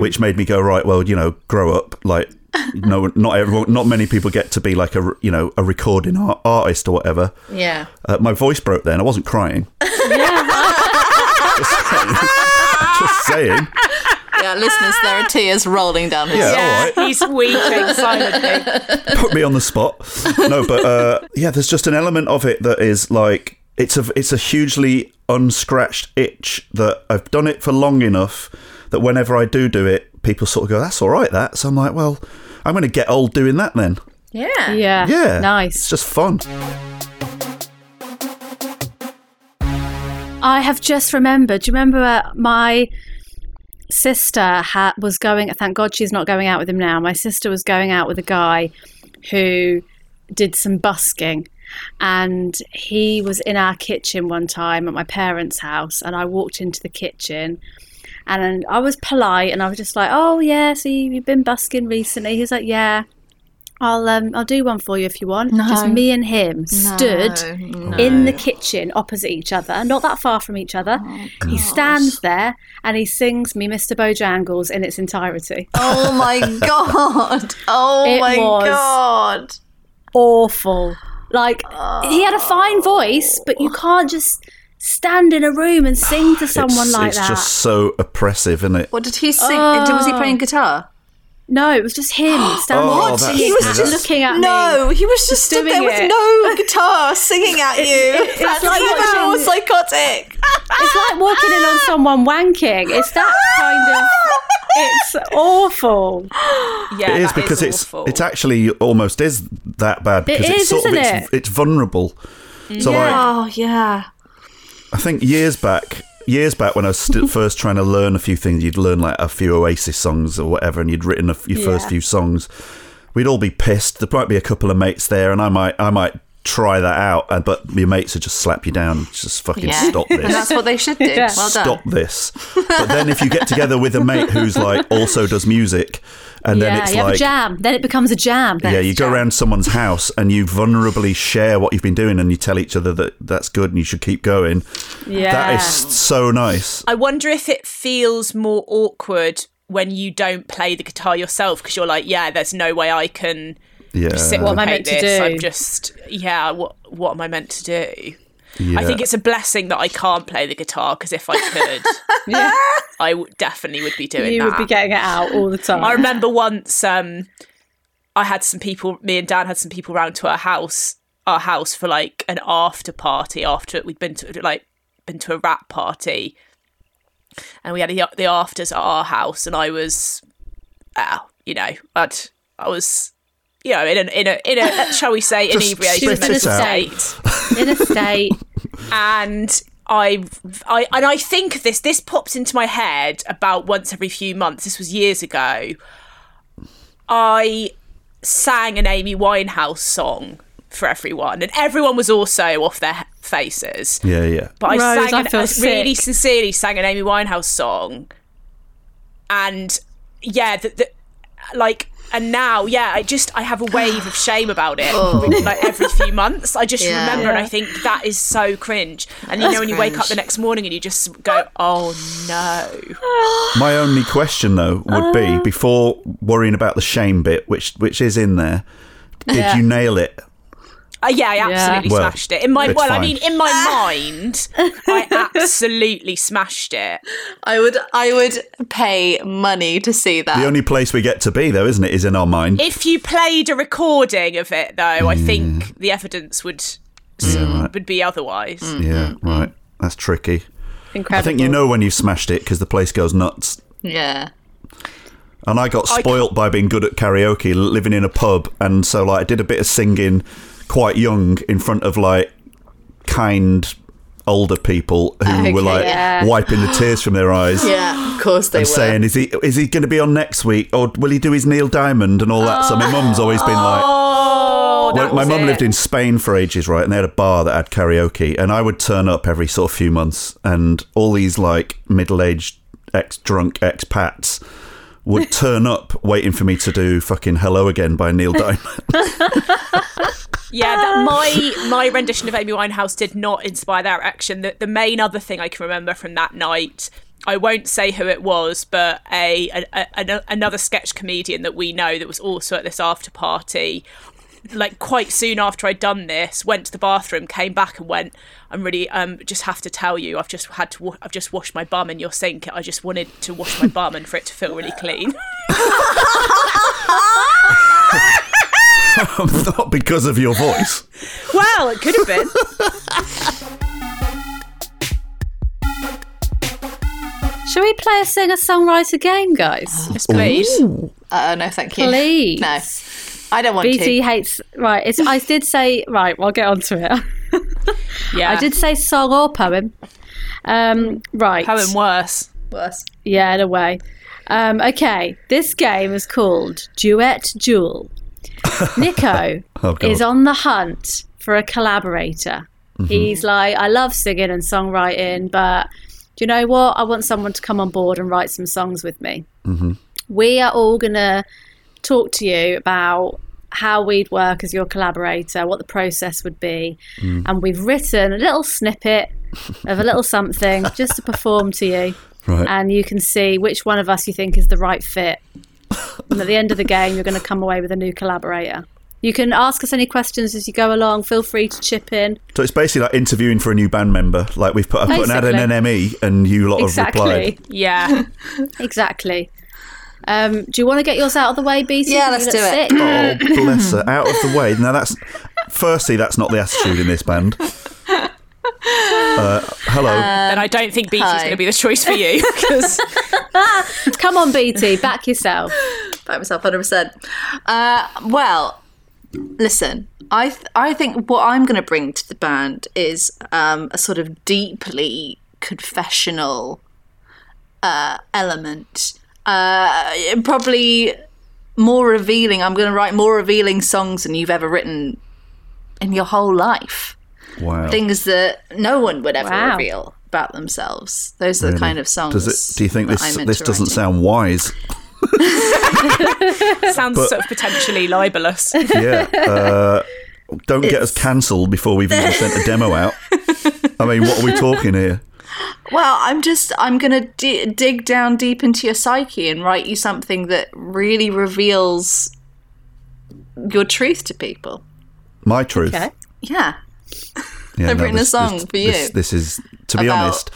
Speaker 4: which made me go right. Well, you know, grow up. Like, no, not everyone, not many people get to be like a you know a recording ar- artist or whatever.
Speaker 2: Yeah.
Speaker 4: Uh, my voice broke then. I wasn't crying. just saying. Just saying.
Speaker 2: Yeah, listeners, there are tears rolling down his
Speaker 4: Yeah, all
Speaker 1: Yeah,
Speaker 4: right.
Speaker 1: he's weeping silently.
Speaker 4: put me on the spot. No, but uh, yeah, there's just an element of it that is like it's a it's a hugely unscratched itch that I've done it for long enough that whenever I do do it, people sort of go, "That's all right." That so I'm like, well, I'm going to get old doing that then.
Speaker 2: Yeah.
Speaker 3: Yeah.
Speaker 4: Yeah, It's
Speaker 3: Nice.
Speaker 4: just fun.
Speaker 3: I have just remembered. Do you remember uh, my sister ha- was going? Thank God she's not going out with him now. My sister was going out with a guy who did some busking. And he was in our kitchen one time at my parents' house, and I walked into the kitchen, and I was polite, and I was just like, "Oh yeah, so you- you've been busking recently?" He's like, "Yeah, I'll um, I'll do one for you if you want." Just me and him stood in the kitchen opposite each other, not that far from each other.
Speaker 4: Oh,
Speaker 3: he stands there and he sings me Mr. Bojangles in its entirety.
Speaker 2: Oh my god. Oh
Speaker 3: It
Speaker 2: my
Speaker 3: was.
Speaker 2: god.
Speaker 3: Awful. Like, he had a fine voice, but you can't just stand in a room and sing to someone
Speaker 4: it's,
Speaker 3: like
Speaker 4: it's
Speaker 3: that.
Speaker 4: just so oppressive, isn't it?
Speaker 2: What did he sing? Was he
Speaker 3: Oh.
Speaker 2: playing guitar?
Speaker 3: No, it was just him standing
Speaker 4: Oh,
Speaker 3: there
Speaker 4: that's-
Speaker 3: singing
Speaker 4: He was
Speaker 3: and
Speaker 4: just-
Speaker 3: looking at me.
Speaker 2: No, he was just stood
Speaker 3: doing
Speaker 2: there with
Speaker 3: it.
Speaker 2: no guitar singing at you.
Speaker 3: it- it's
Speaker 2: That's
Speaker 3: like
Speaker 2: even
Speaker 3: watching-
Speaker 2: more psychotic.
Speaker 3: It's like walking in on someone wanking. It's that kind of. It's awful.
Speaker 1: Yeah,
Speaker 4: it
Speaker 1: that
Speaker 4: is because it's
Speaker 1: awful.
Speaker 4: it's actually almost is that bad because
Speaker 3: is,
Speaker 4: it's sort
Speaker 3: isn't
Speaker 4: of it's,
Speaker 3: it?
Speaker 4: it's vulnerable. So like
Speaker 2: Oh yeah.
Speaker 4: I think years back, years back when I was st- first trying to learn a few things, you'd learn like a few Oasis songs or whatever, and you'd written a f- your first
Speaker 3: Yeah.
Speaker 4: few songs. We'd all be pissed. There might be a couple of mates there, and I might I might try that out, and, but your mates would just slap you down, and just fucking stop
Speaker 2: And
Speaker 4: this.
Speaker 2: that's what they should do.
Speaker 3: Yeah.
Speaker 2: Well done.
Speaker 4: Stop this! But then, if you get together with a mate who's like also does music, and then
Speaker 3: yeah,
Speaker 4: it's
Speaker 3: you have
Speaker 4: like
Speaker 3: a jam. Then it becomes a jam.
Speaker 4: yeah, you go around someone's house and you vulnerably share what you've been doing, and you tell each other that that's good and you should keep going. That
Speaker 3: Yeah.
Speaker 4: is so nice.
Speaker 1: I wonder if it feels more awkward when you don't play the guitar yourself because you're like, yeah, there's no way I can
Speaker 4: Yeah.
Speaker 1: reciprocate
Speaker 3: Uh, am I meant to
Speaker 1: this. I'm
Speaker 3: do?
Speaker 1: just, yeah, what what am I meant to do?
Speaker 4: Yeah.
Speaker 1: I think it's a blessing that I can't play the guitar because if I could,
Speaker 3: Yeah.
Speaker 1: I w- definitely would be doing
Speaker 3: You
Speaker 1: that.
Speaker 3: would be getting it out all the time.
Speaker 1: I remember once um, I had some people, me and Dan had some people round to our house, our house for like an after party. After we'd been to like been to a rap party, and we had the, the afters at our house, and I was, uh, you know, I'd I was. You know, in a in a in a shall we say
Speaker 4: Just
Speaker 1: inebriated
Speaker 4: spit
Speaker 1: mental
Speaker 4: it out.
Speaker 1: state,
Speaker 3: in a state.
Speaker 1: and I, I and I think this this popped into my head about once every few months. This was years ago. I sang an Amy Winehouse song for everyone, and everyone was also off their he- faces.
Speaker 4: yeah, yeah.
Speaker 1: But I
Speaker 3: Rose,
Speaker 1: sang,
Speaker 3: I
Speaker 1: an,
Speaker 3: feel
Speaker 1: I really
Speaker 3: sick.
Speaker 1: sincerely sang an Amy Winehouse song, and yeah, the, the, like, and now, yeah, I just I have a wave of shame about it. Like every few months, I just
Speaker 2: Oh. Yeah.
Speaker 1: remember, and I think that is so cringe. And you know, when you wake up
Speaker 2: cringe.
Speaker 1: the next morning and you just go, oh no,
Speaker 4: My only question though would be before worrying about the shame bit, which which is in there, did you nail it?
Speaker 1: Uh, yeah, I absolutely
Speaker 4: Well,
Speaker 1: smashed it. In my
Speaker 4: it's
Speaker 1: well,
Speaker 4: fine.
Speaker 1: I mean, in my mind, I absolutely smashed it.
Speaker 2: I would I would pay money to see that.
Speaker 4: The only place we get to be though, isn't it, is in our mind.
Speaker 1: If you played a recording of it, though, I
Speaker 4: Mm.
Speaker 1: think the evidence would would be otherwise.
Speaker 4: yeah, right. That's tricky.
Speaker 3: Incredible.
Speaker 4: I think you know when you've smashed it because the place goes nuts.
Speaker 2: yeah.
Speaker 4: And I got spoilt by being good at karaoke, l- living in a pub, and so like I did a bit of singing quite young in front of like kind older people who
Speaker 2: Okay,
Speaker 4: were like
Speaker 3: yeah.
Speaker 4: wiping the tears from their eyes.
Speaker 2: Yeah, of course they
Speaker 4: and
Speaker 2: were.
Speaker 4: saying, "Is he is he going to be on next week, or will he do his Neil Diamond and all that?" So my mum's always been like,
Speaker 1: Oh,
Speaker 4: well,
Speaker 1: that
Speaker 4: my
Speaker 1: was
Speaker 4: mum
Speaker 1: it.
Speaker 4: lived in Spain for ages, right? And they had a bar that had karaoke, and I would turn up every sort of few months, and all these like middle aged ex drunk expats would turn up waiting for me to do fucking Hello Again by Neil Diamond.
Speaker 1: Yeah, that, my my rendition of Amy Winehouse did not inspire that reaction. The, the main other thing I can remember from that night, I won't say who it was, but a, a, a- another sketch comedian that we know that was also at this after party. Like quite soon after I'd done this, went to the bathroom, came back and went. I'm really um just have to tell you, I've just had to, wa- I've just washed my bum in your sink. I just wanted to wash my bum and for it to feel really clean.
Speaker 4: Not because of your voice.
Speaker 1: Well, it could have been.
Speaker 3: Shall we play a singer songwriter game, guys?
Speaker 1: Yes, please.
Speaker 2: Uh, no, thank you.
Speaker 3: Please.
Speaker 2: No. I don't want
Speaker 3: BT
Speaker 2: to.
Speaker 3: hates right. It's, I did say right. We'll get on to it.
Speaker 1: Yeah,
Speaker 3: I did say song or poem. Um, right.
Speaker 1: poem worse.
Speaker 2: Worse.
Speaker 3: Yeah, in a way. Um, okay, this game is called Duet Duel. Nico
Speaker 4: Oh, God. Mm-hmm.
Speaker 3: is on the hunt for a collaborator. He's like, I love singing and songwriting, but do you know what? I want someone to come on board and write some songs with me.
Speaker 4: Mm-hmm.
Speaker 3: We are all going to talk to you about how we'd work as your collaborator, what the process would be.
Speaker 4: Mm.
Speaker 3: And we've written a little snippet of a little something just to perform to you
Speaker 4: Right.
Speaker 3: and you can see which one of us you think is the right fit. And at the end of the game, you're going to come away with a new collaborator. You can ask us any questions as you go along. Feel free to chip in.
Speaker 4: So it's basically like interviewing for a new band member. Like we've put, I put an ad in
Speaker 3: Basically.
Speaker 4: NME, and you lot
Speaker 3: Exactly.
Speaker 4: have replied.
Speaker 1: Yeah.
Speaker 3: Exactly. Um, do you want to get yours out of the way, BC?
Speaker 2: Yeah,
Speaker 3: You
Speaker 2: let's
Speaker 3: look
Speaker 2: do it.
Speaker 3: sick.
Speaker 4: Oh, bless her! Out of the way. Now that's firstly, that's not the attitude in this band. Uh, hello.
Speaker 1: then
Speaker 3: Um,
Speaker 1: I don't think BT's
Speaker 2: hi.
Speaker 1: going to be the choice for you because
Speaker 3: Come on, BT, back yourself.
Speaker 2: by myself 100%. Uh, well, listen, I th- I think what I'm going to bring to the band is um, a sort of deeply confessional uh, element. Uh, probably more revealing. I'm going to write more revealing songs than you've ever written in your whole life
Speaker 4: wow.
Speaker 2: things that no one would ever
Speaker 3: Wow.
Speaker 2: reveal about themselves. Those are the kind of songs.
Speaker 4: Does it, do you think
Speaker 2: that
Speaker 4: this
Speaker 2: I'm
Speaker 4: this
Speaker 2: into
Speaker 4: doesn't
Speaker 2: writing.
Speaker 4: sound wise?
Speaker 1: it sounds sort of potentially libelous.
Speaker 4: Yeah. Uh, don't get us cancelled before we've even sent a demo out. I mean, what are we talking here?
Speaker 2: Well, I'm just I'm gonna di- dig down deep into your psyche and write you something that really reveals your truth to people.
Speaker 4: My truth.
Speaker 3: Okay.
Speaker 2: Yeah,
Speaker 4: Yeah,
Speaker 2: I've written a song
Speaker 4: this,
Speaker 2: for you
Speaker 4: This, this is, to be
Speaker 2: about-
Speaker 4: honest,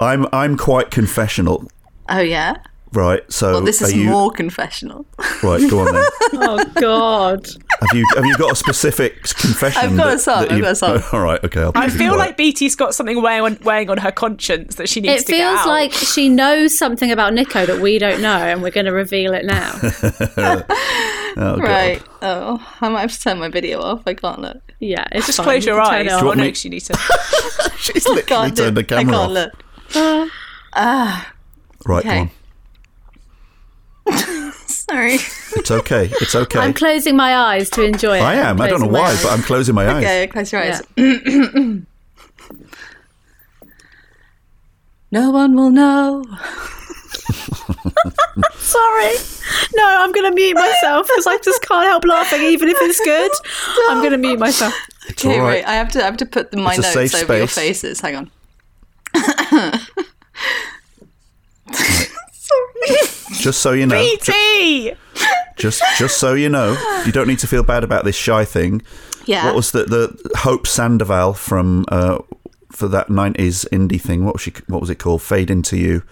Speaker 4: I'm I'm quite confessional,
Speaker 2: Oh yeah.
Speaker 4: right? So
Speaker 2: Well, this is
Speaker 4: Oh, are you,
Speaker 2: more confessional.
Speaker 4: right. Go on then.
Speaker 3: Oh God.
Speaker 4: Have you have you got a specific confession?
Speaker 2: I've got a
Speaker 4: that-
Speaker 2: song,
Speaker 4: that
Speaker 2: I've
Speaker 4: you-
Speaker 2: got a song.
Speaker 4: all right. Okay. I'll
Speaker 1: I
Speaker 4: keep it
Speaker 1: feel
Speaker 4: quiet.
Speaker 1: like BT's got something weighing on, weighing on her conscience that she needs
Speaker 3: It
Speaker 1: to get
Speaker 3: feels
Speaker 1: out.
Speaker 3: like she knows something about Nico that we don't know, and we're going to reveal it now.
Speaker 4: Oh, God.
Speaker 2: Right. Oh, I might have to turn my video off. I can't look.
Speaker 3: Yeah, it's
Speaker 1: just
Speaker 3: fine.
Speaker 1: close
Speaker 3: You
Speaker 1: your
Speaker 3: can
Speaker 1: eyes.
Speaker 3: turn it
Speaker 1: Oh,
Speaker 3: on.
Speaker 1: no,
Speaker 4: want me-
Speaker 1: 'cause you need to.
Speaker 4: She's literally
Speaker 2: Can't
Speaker 4: turned
Speaker 2: do-
Speaker 4: the
Speaker 2: I
Speaker 4: camera off.
Speaker 2: can't look.
Speaker 4: Right.
Speaker 2: Okay.
Speaker 4: Come on.
Speaker 2: Sorry.
Speaker 4: It's okay. It's okay.
Speaker 3: I'm closing my eyes to enjoy it.
Speaker 4: I am. I don't know
Speaker 3: Closing my
Speaker 4: why,
Speaker 3: eyes.
Speaker 4: but I'm closing my eyes.
Speaker 2: Okay, close your
Speaker 3: Yeah.
Speaker 2: eyes. No one will
Speaker 1: Oh.
Speaker 2: know.
Speaker 3: Sorry. No, I'm going to mute myself because I just can't help laughing, even if it's good. I'm going to mute myself.
Speaker 4: It's
Speaker 2: Okay,
Speaker 4: all
Speaker 2: wait. I have to. I have to put the, my
Speaker 4: It's a
Speaker 2: notes over
Speaker 4: safe
Speaker 2: your
Speaker 4: space.
Speaker 2: faces. Hang on.
Speaker 4: Just so you know. ju-
Speaker 1: BT!
Speaker 4: Just just so you know, you don't need to feel bad about this shy thing.
Speaker 2: Yeah.
Speaker 4: What was the the Hope Sandoval from uh for that 90s indie thing? What was she what was it called? Fade into you.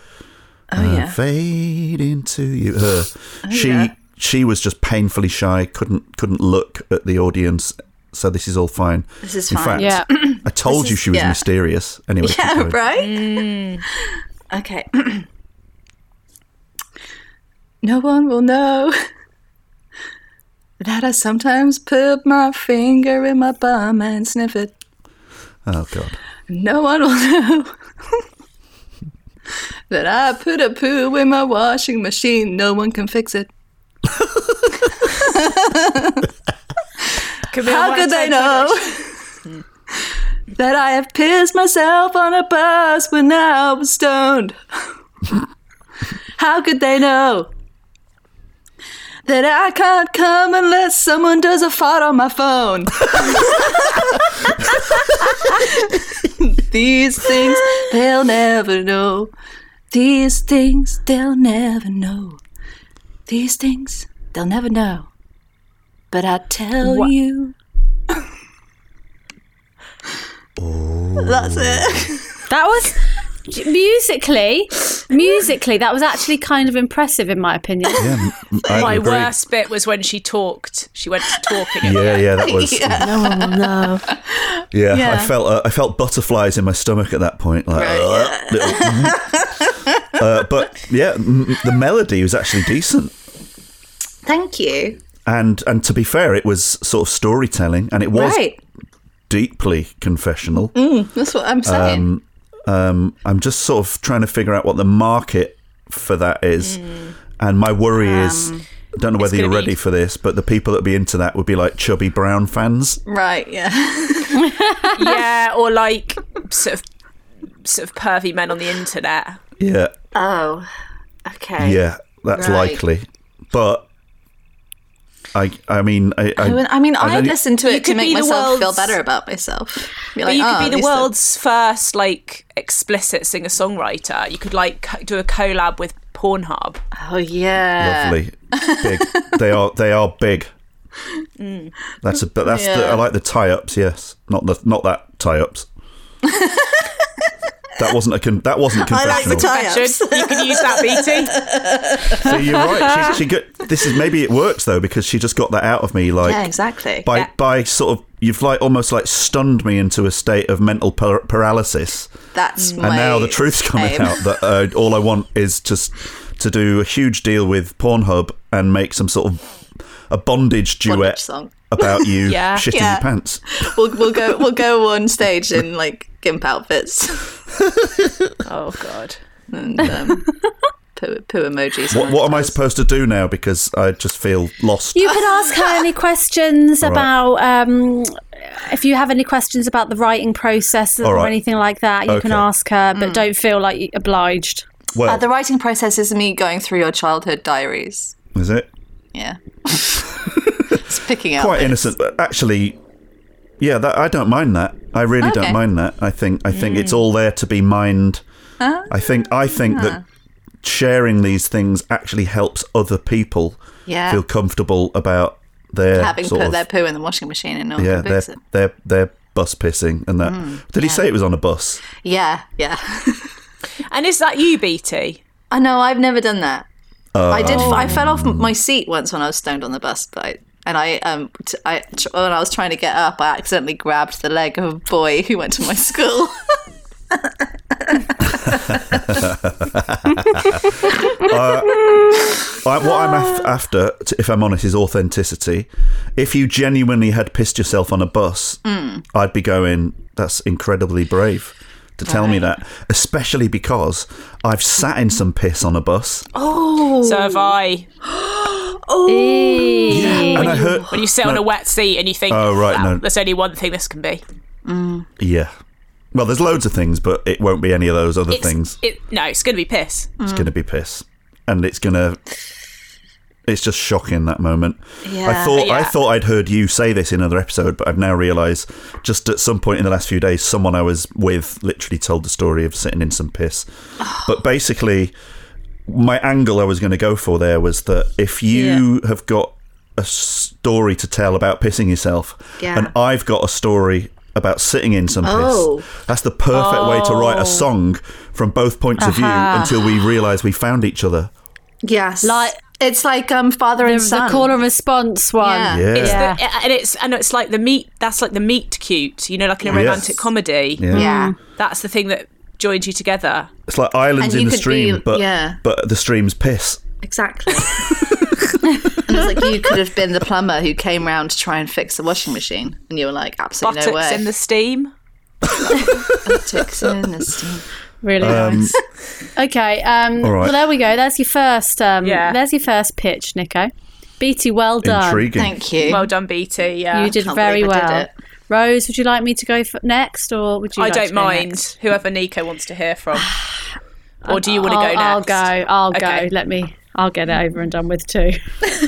Speaker 2: oh
Speaker 4: Uh,
Speaker 2: yeah. Oh,
Speaker 4: Fade into you. Her. she she was just painfully shy, couldn't couldn't look at the audience. So this is all fine.
Speaker 2: This is
Speaker 4: In
Speaker 2: fine.
Speaker 4: fact,
Speaker 3: Yeah.
Speaker 4: I told
Speaker 2: This
Speaker 4: you
Speaker 2: is-
Speaker 4: she was
Speaker 2: yeah.
Speaker 4: mysterious. Anyway, keep
Speaker 2: Yeah.
Speaker 4: going.
Speaker 2: Right. Okay. no one will know that I sometimes put my finger in my bum and sniff it.
Speaker 4: Oh god.
Speaker 2: No one will know that I put a poo in my washing machine. No one can fix it.
Speaker 1: Camille,
Speaker 2: How
Speaker 1: why
Speaker 2: could
Speaker 1: don't
Speaker 2: they
Speaker 1: you-
Speaker 2: know that I have pissed myself on a bus when I was stoned? How could they know that I can't come unless someone does a fart on my phone? These things they'll never know. These things they'll never know. These things they'll never know. But I tell
Speaker 1: Wha-
Speaker 2: you. That's it.
Speaker 3: That was musically, musically, that was actually kind of impressive, in my opinion.
Speaker 4: Yeah, m- I
Speaker 1: My
Speaker 4: agree.
Speaker 1: worst bit was when she talked. She went to talking. at
Speaker 4: Yeah, yeah, that was. Yeah,
Speaker 3: No one will know.
Speaker 2: Yeah.
Speaker 4: I felt uh, I felt butterflies in my stomach at that point. Like,
Speaker 2: Right,
Speaker 4: uh, little- uh, but yeah, m- the melody was actually decent,
Speaker 2: Thank you.
Speaker 4: and and to be fair, it was sort of storytelling, and it was
Speaker 2: Right.
Speaker 4: deeply confessional.
Speaker 2: That's what I'm saying.
Speaker 4: Um, I'm just sort of trying to figure out what the market for that is, and my worry is. I don't know whether you're
Speaker 1: gonna be-
Speaker 4: ready for this, but the people that would be into that would be like chubby brown fans.
Speaker 2: right, yeah.
Speaker 1: yeah, or like sort of sort of pervy men on the internet.
Speaker 4: Yeah,
Speaker 2: Oh, okay.
Speaker 4: Yeah, that's
Speaker 2: Right.
Speaker 4: likely. But I, I mean, I, I,
Speaker 2: I would- I mean,
Speaker 4: I
Speaker 2: I
Speaker 4: don't-
Speaker 2: listened to
Speaker 1: You
Speaker 2: it to
Speaker 1: could
Speaker 2: make
Speaker 1: be the
Speaker 2: myself feel
Speaker 1: world's-
Speaker 2: better about myself. Be
Speaker 1: But
Speaker 2: like,
Speaker 1: you
Speaker 2: "Oh,
Speaker 1: could be
Speaker 2: at
Speaker 1: the
Speaker 2: least I-
Speaker 1: world's first like explicit singer songwriter. You could like co- do a collab with Pornhub.
Speaker 2: Oh yeah. Mm.
Speaker 4: lovely, big. They are, they are big. That's a, but that's the,
Speaker 2: Yeah.
Speaker 4: I like the tie ups. Yes, not the not that tie ups. that wasn't a con, that wasn't
Speaker 2: I
Speaker 4: confessional.
Speaker 2: like the tie ups.
Speaker 1: Should- you can use that BT.
Speaker 4: See, you're right. She, she got, this is maybe it works though because she just got that out of me like
Speaker 2: Yeah, exactly.
Speaker 4: by
Speaker 1: Yeah.
Speaker 4: by sort of you've like almost like stunned me into a state of mental par- paralysis.
Speaker 2: That's my
Speaker 4: and now the truth's coming
Speaker 2: aim.
Speaker 4: out that uh, all I want is just to do a huge deal with Pornhub and make some sort of a bondage duet
Speaker 2: Bondage song.
Speaker 4: about you
Speaker 1: Yeah.
Speaker 4: shitting
Speaker 2: Yeah.
Speaker 4: your pants.
Speaker 2: We'll, we'll go. We'll go on stage in like gimp outfits
Speaker 1: Oh god.
Speaker 2: and um, poo, poo emojis.
Speaker 4: What, what am I supposed to do now? Because I just feel lost.
Speaker 3: You can ask her any questions about um, if you have any questions about the writing process
Speaker 4: All
Speaker 3: or
Speaker 4: right.
Speaker 3: anything like that. You can
Speaker 4: Okay.
Speaker 3: ask her,
Speaker 2: Mm.
Speaker 3: but don't feel like you're obliged.
Speaker 4: well,
Speaker 2: Uh, the writing process is me going through your childhood diaries.
Speaker 4: is it
Speaker 2: Yeah, it's picking out.
Speaker 4: quite
Speaker 2: bits.
Speaker 4: innocent? But actually, yeah, that, I don't mind that. I really
Speaker 2: Okay.
Speaker 4: don't mind that. I think I think it's all there to be mined. I think I think that sharing these things actually helps other people
Speaker 2: Yeah.
Speaker 4: feel comfortable about their
Speaker 2: Having
Speaker 4: sort
Speaker 2: put
Speaker 4: of,
Speaker 2: their poo in the washing machine and no one
Speaker 4: yeah
Speaker 2: yeah,
Speaker 4: their,
Speaker 2: it.
Speaker 4: their their bus pissing and that.
Speaker 2: Hmm.
Speaker 4: Did he say it was on a bus?
Speaker 2: Yeah, yeah.
Speaker 1: And is that you, BT?
Speaker 2: I know. I've never done that. I did. I fell off my seat once when I was stoned on the bus, but I, and I um t- I tr- when I was trying to get up, I accidentally grabbed the leg of a boy who went to my school.
Speaker 4: I, what I'm af- after, t- if I'm honest, is authenticity. If you genuinely had pissed yourself on a bus, I'd be going, that's incredibly brave to tell me that, especially because I've sat in some piss on a bus.
Speaker 1: So have I.
Speaker 4: and I heard,
Speaker 1: When you sit on a wet seat and you think,
Speaker 4: Oh, right,
Speaker 1: "Well,
Speaker 4: no.
Speaker 1: there's only one thing this can be.
Speaker 4: yeah. Well, there's loads of things, but it won't be any of those other
Speaker 1: It's,
Speaker 4: things.
Speaker 1: It, no, it's going to be piss.
Speaker 4: It's going to be piss, and it's going to. It's just shocking that moment. I thought I
Speaker 1: Yeah.
Speaker 4: thought I'd heard you say this in another episode, but I've now realised just at some point in the last few days, someone I was with literally told the story of sitting in some piss. but basically, my angle I was going to go for there was that if you have got a story to tell about pissing yourself,
Speaker 2: Yeah.
Speaker 4: and I've got a story about sitting in some
Speaker 2: Oh.
Speaker 4: piss, that's the perfect way to write a song from both points of view until we realise we found each other.
Speaker 2: yes,
Speaker 3: Like-
Speaker 2: it's like um father
Speaker 3: The,
Speaker 2: and
Speaker 3: the
Speaker 2: son.
Speaker 3: call and response one.
Speaker 2: Yeah.
Speaker 4: Yeah.
Speaker 1: It's
Speaker 3: Yeah.
Speaker 1: the, and it's and it's like the meet. That's like the meet cute. You know, like in a romantic comedy.
Speaker 2: yeah,
Speaker 1: That's the thing that joins you together.
Speaker 4: It's like islands
Speaker 2: And you
Speaker 4: in the
Speaker 2: could
Speaker 4: stream,
Speaker 2: be-
Speaker 4: but
Speaker 2: yeah.
Speaker 4: but the stream's piss.
Speaker 2: exactly. and it's like you could have been the plumber who came round to try and fix the washing machine, and you were like, absolutely
Speaker 1: Buttocks
Speaker 2: no way.
Speaker 1: in the steam.
Speaker 2: Buttocks in the steam.
Speaker 3: Really nice. Okay. Um,
Speaker 4: Um, All right.
Speaker 3: Well, there we go. There's your first. Um,
Speaker 1: Yeah.
Speaker 3: There's your first pitch, Nico. Beatty, well done.
Speaker 4: Intriguing.
Speaker 2: Thank you.
Speaker 1: Well done, BT. Yeah.
Speaker 3: You did
Speaker 2: Can't
Speaker 3: very
Speaker 2: believe I did
Speaker 3: well.
Speaker 2: it.
Speaker 3: Rose, would you like me to go f next, or would you?
Speaker 1: I
Speaker 3: like to
Speaker 1: don't
Speaker 3: go
Speaker 1: mind
Speaker 3: next?
Speaker 1: whoever Nico wants to hear from. Or do you want to go next?
Speaker 3: I'll, I'll go. I'll
Speaker 1: Okay.
Speaker 3: go. Let me. I'll get it over and done with too.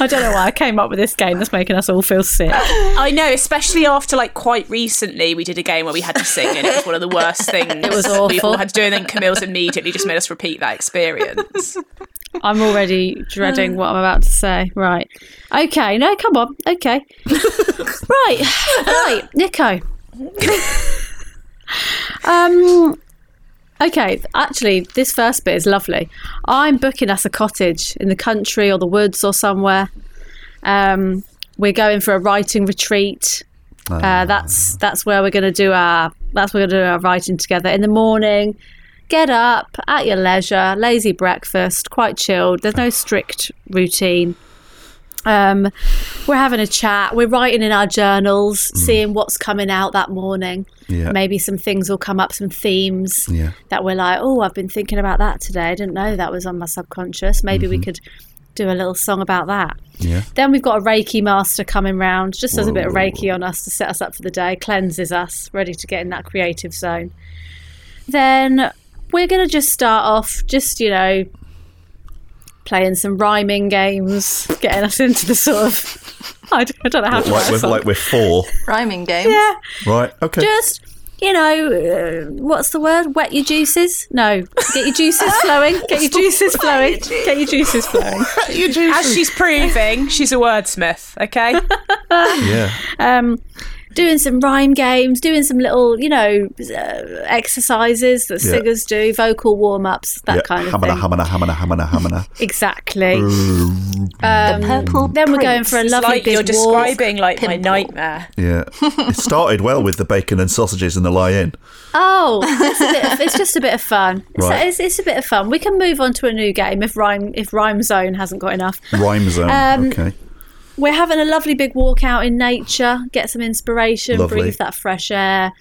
Speaker 3: I don't know why I came up with this game. That's making us all feel sick.
Speaker 1: I know, especially after like quite recently, we did a game where we had to sing, and it was one of the worst things. It
Speaker 3: was
Speaker 1: We
Speaker 3: awful.
Speaker 1: all had to do, and then Camille's immediately just made us repeat that experience.
Speaker 3: I'm already dreading what I'm about to say. Right. Okay. No, come on. Okay. right. Right. Nico. um. Okay, actually, this first bit is lovely. I'm booking us a cottage in the country or the woods or somewhere. Um, we're going for a writing retreat. Uh, that's that's where we're going to do our that's where we're going to do our writing together in the morning. Get up at your leisure, lazy breakfast, quite chilled. There's no strict routine. Um, we're having a chat. We're writing in our journals, seeing what's coming out that morning.
Speaker 4: Yeah.
Speaker 3: Maybe some things will come up, some themes
Speaker 4: Yeah.
Speaker 3: that we're like, oh, I've been thinking about that today. I didn't know that was on my subconscious. Maybe
Speaker 4: Mm-hmm.
Speaker 3: we could do a little song about that.
Speaker 4: Yeah.
Speaker 3: Then we've got a Reiki master coming round, just does a bit of Reiki on us to set us up for the day, cleanses us, ready to get in that creative zone. Then we're going to just start off, just, you know, playing some rhyming games, getting us into the sort of. I don't, I don't know how to
Speaker 4: Like
Speaker 3: write a
Speaker 4: we're,
Speaker 3: song.
Speaker 4: like we're four,
Speaker 2: Rhyming games.
Speaker 3: Yeah.
Speaker 4: right? Okay.
Speaker 3: Just, you know, uh, what's the word? Wet your juices? No. Get your juices flowing. Get your juices flowing. Get your juices flowing.
Speaker 1: As she's proving, she's a wordsmith. Okay,
Speaker 4: yeah.
Speaker 3: um, doing some rhyme games, doing some little, you know, uh, exercises that
Speaker 4: Yeah.
Speaker 3: singers do, vocal warm ups, that
Speaker 4: yeah.
Speaker 3: kind of
Speaker 4: hamana,
Speaker 3: thing.
Speaker 4: hamana, hamana, hamana, hamana.
Speaker 3: Exactly. Um,
Speaker 2: the purple.
Speaker 3: Then we're going
Speaker 2: Prince.
Speaker 3: for a
Speaker 1: It's
Speaker 3: lovely
Speaker 1: like
Speaker 3: big
Speaker 1: you're
Speaker 3: walk.
Speaker 1: describing like my
Speaker 2: pimple.
Speaker 1: nightmare.
Speaker 4: Yeah. It started well with the bacon and sausages and the lie in.
Speaker 3: Oh, it's, a bit of, it's just a bit of fun. It's,
Speaker 4: Right.
Speaker 3: it's, it's a bit of fun. We can move on to a new game if rhyme if rhyme zone hasn't got enough.
Speaker 4: Rhyme zone.
Speaker 3: Um,
Speaker 4: okay.
Speaker 3: We're having a lovely big walk out in nature, get some inspiration,
Speaker 4: Lovely.
Speaker 3: breathe that fresh air,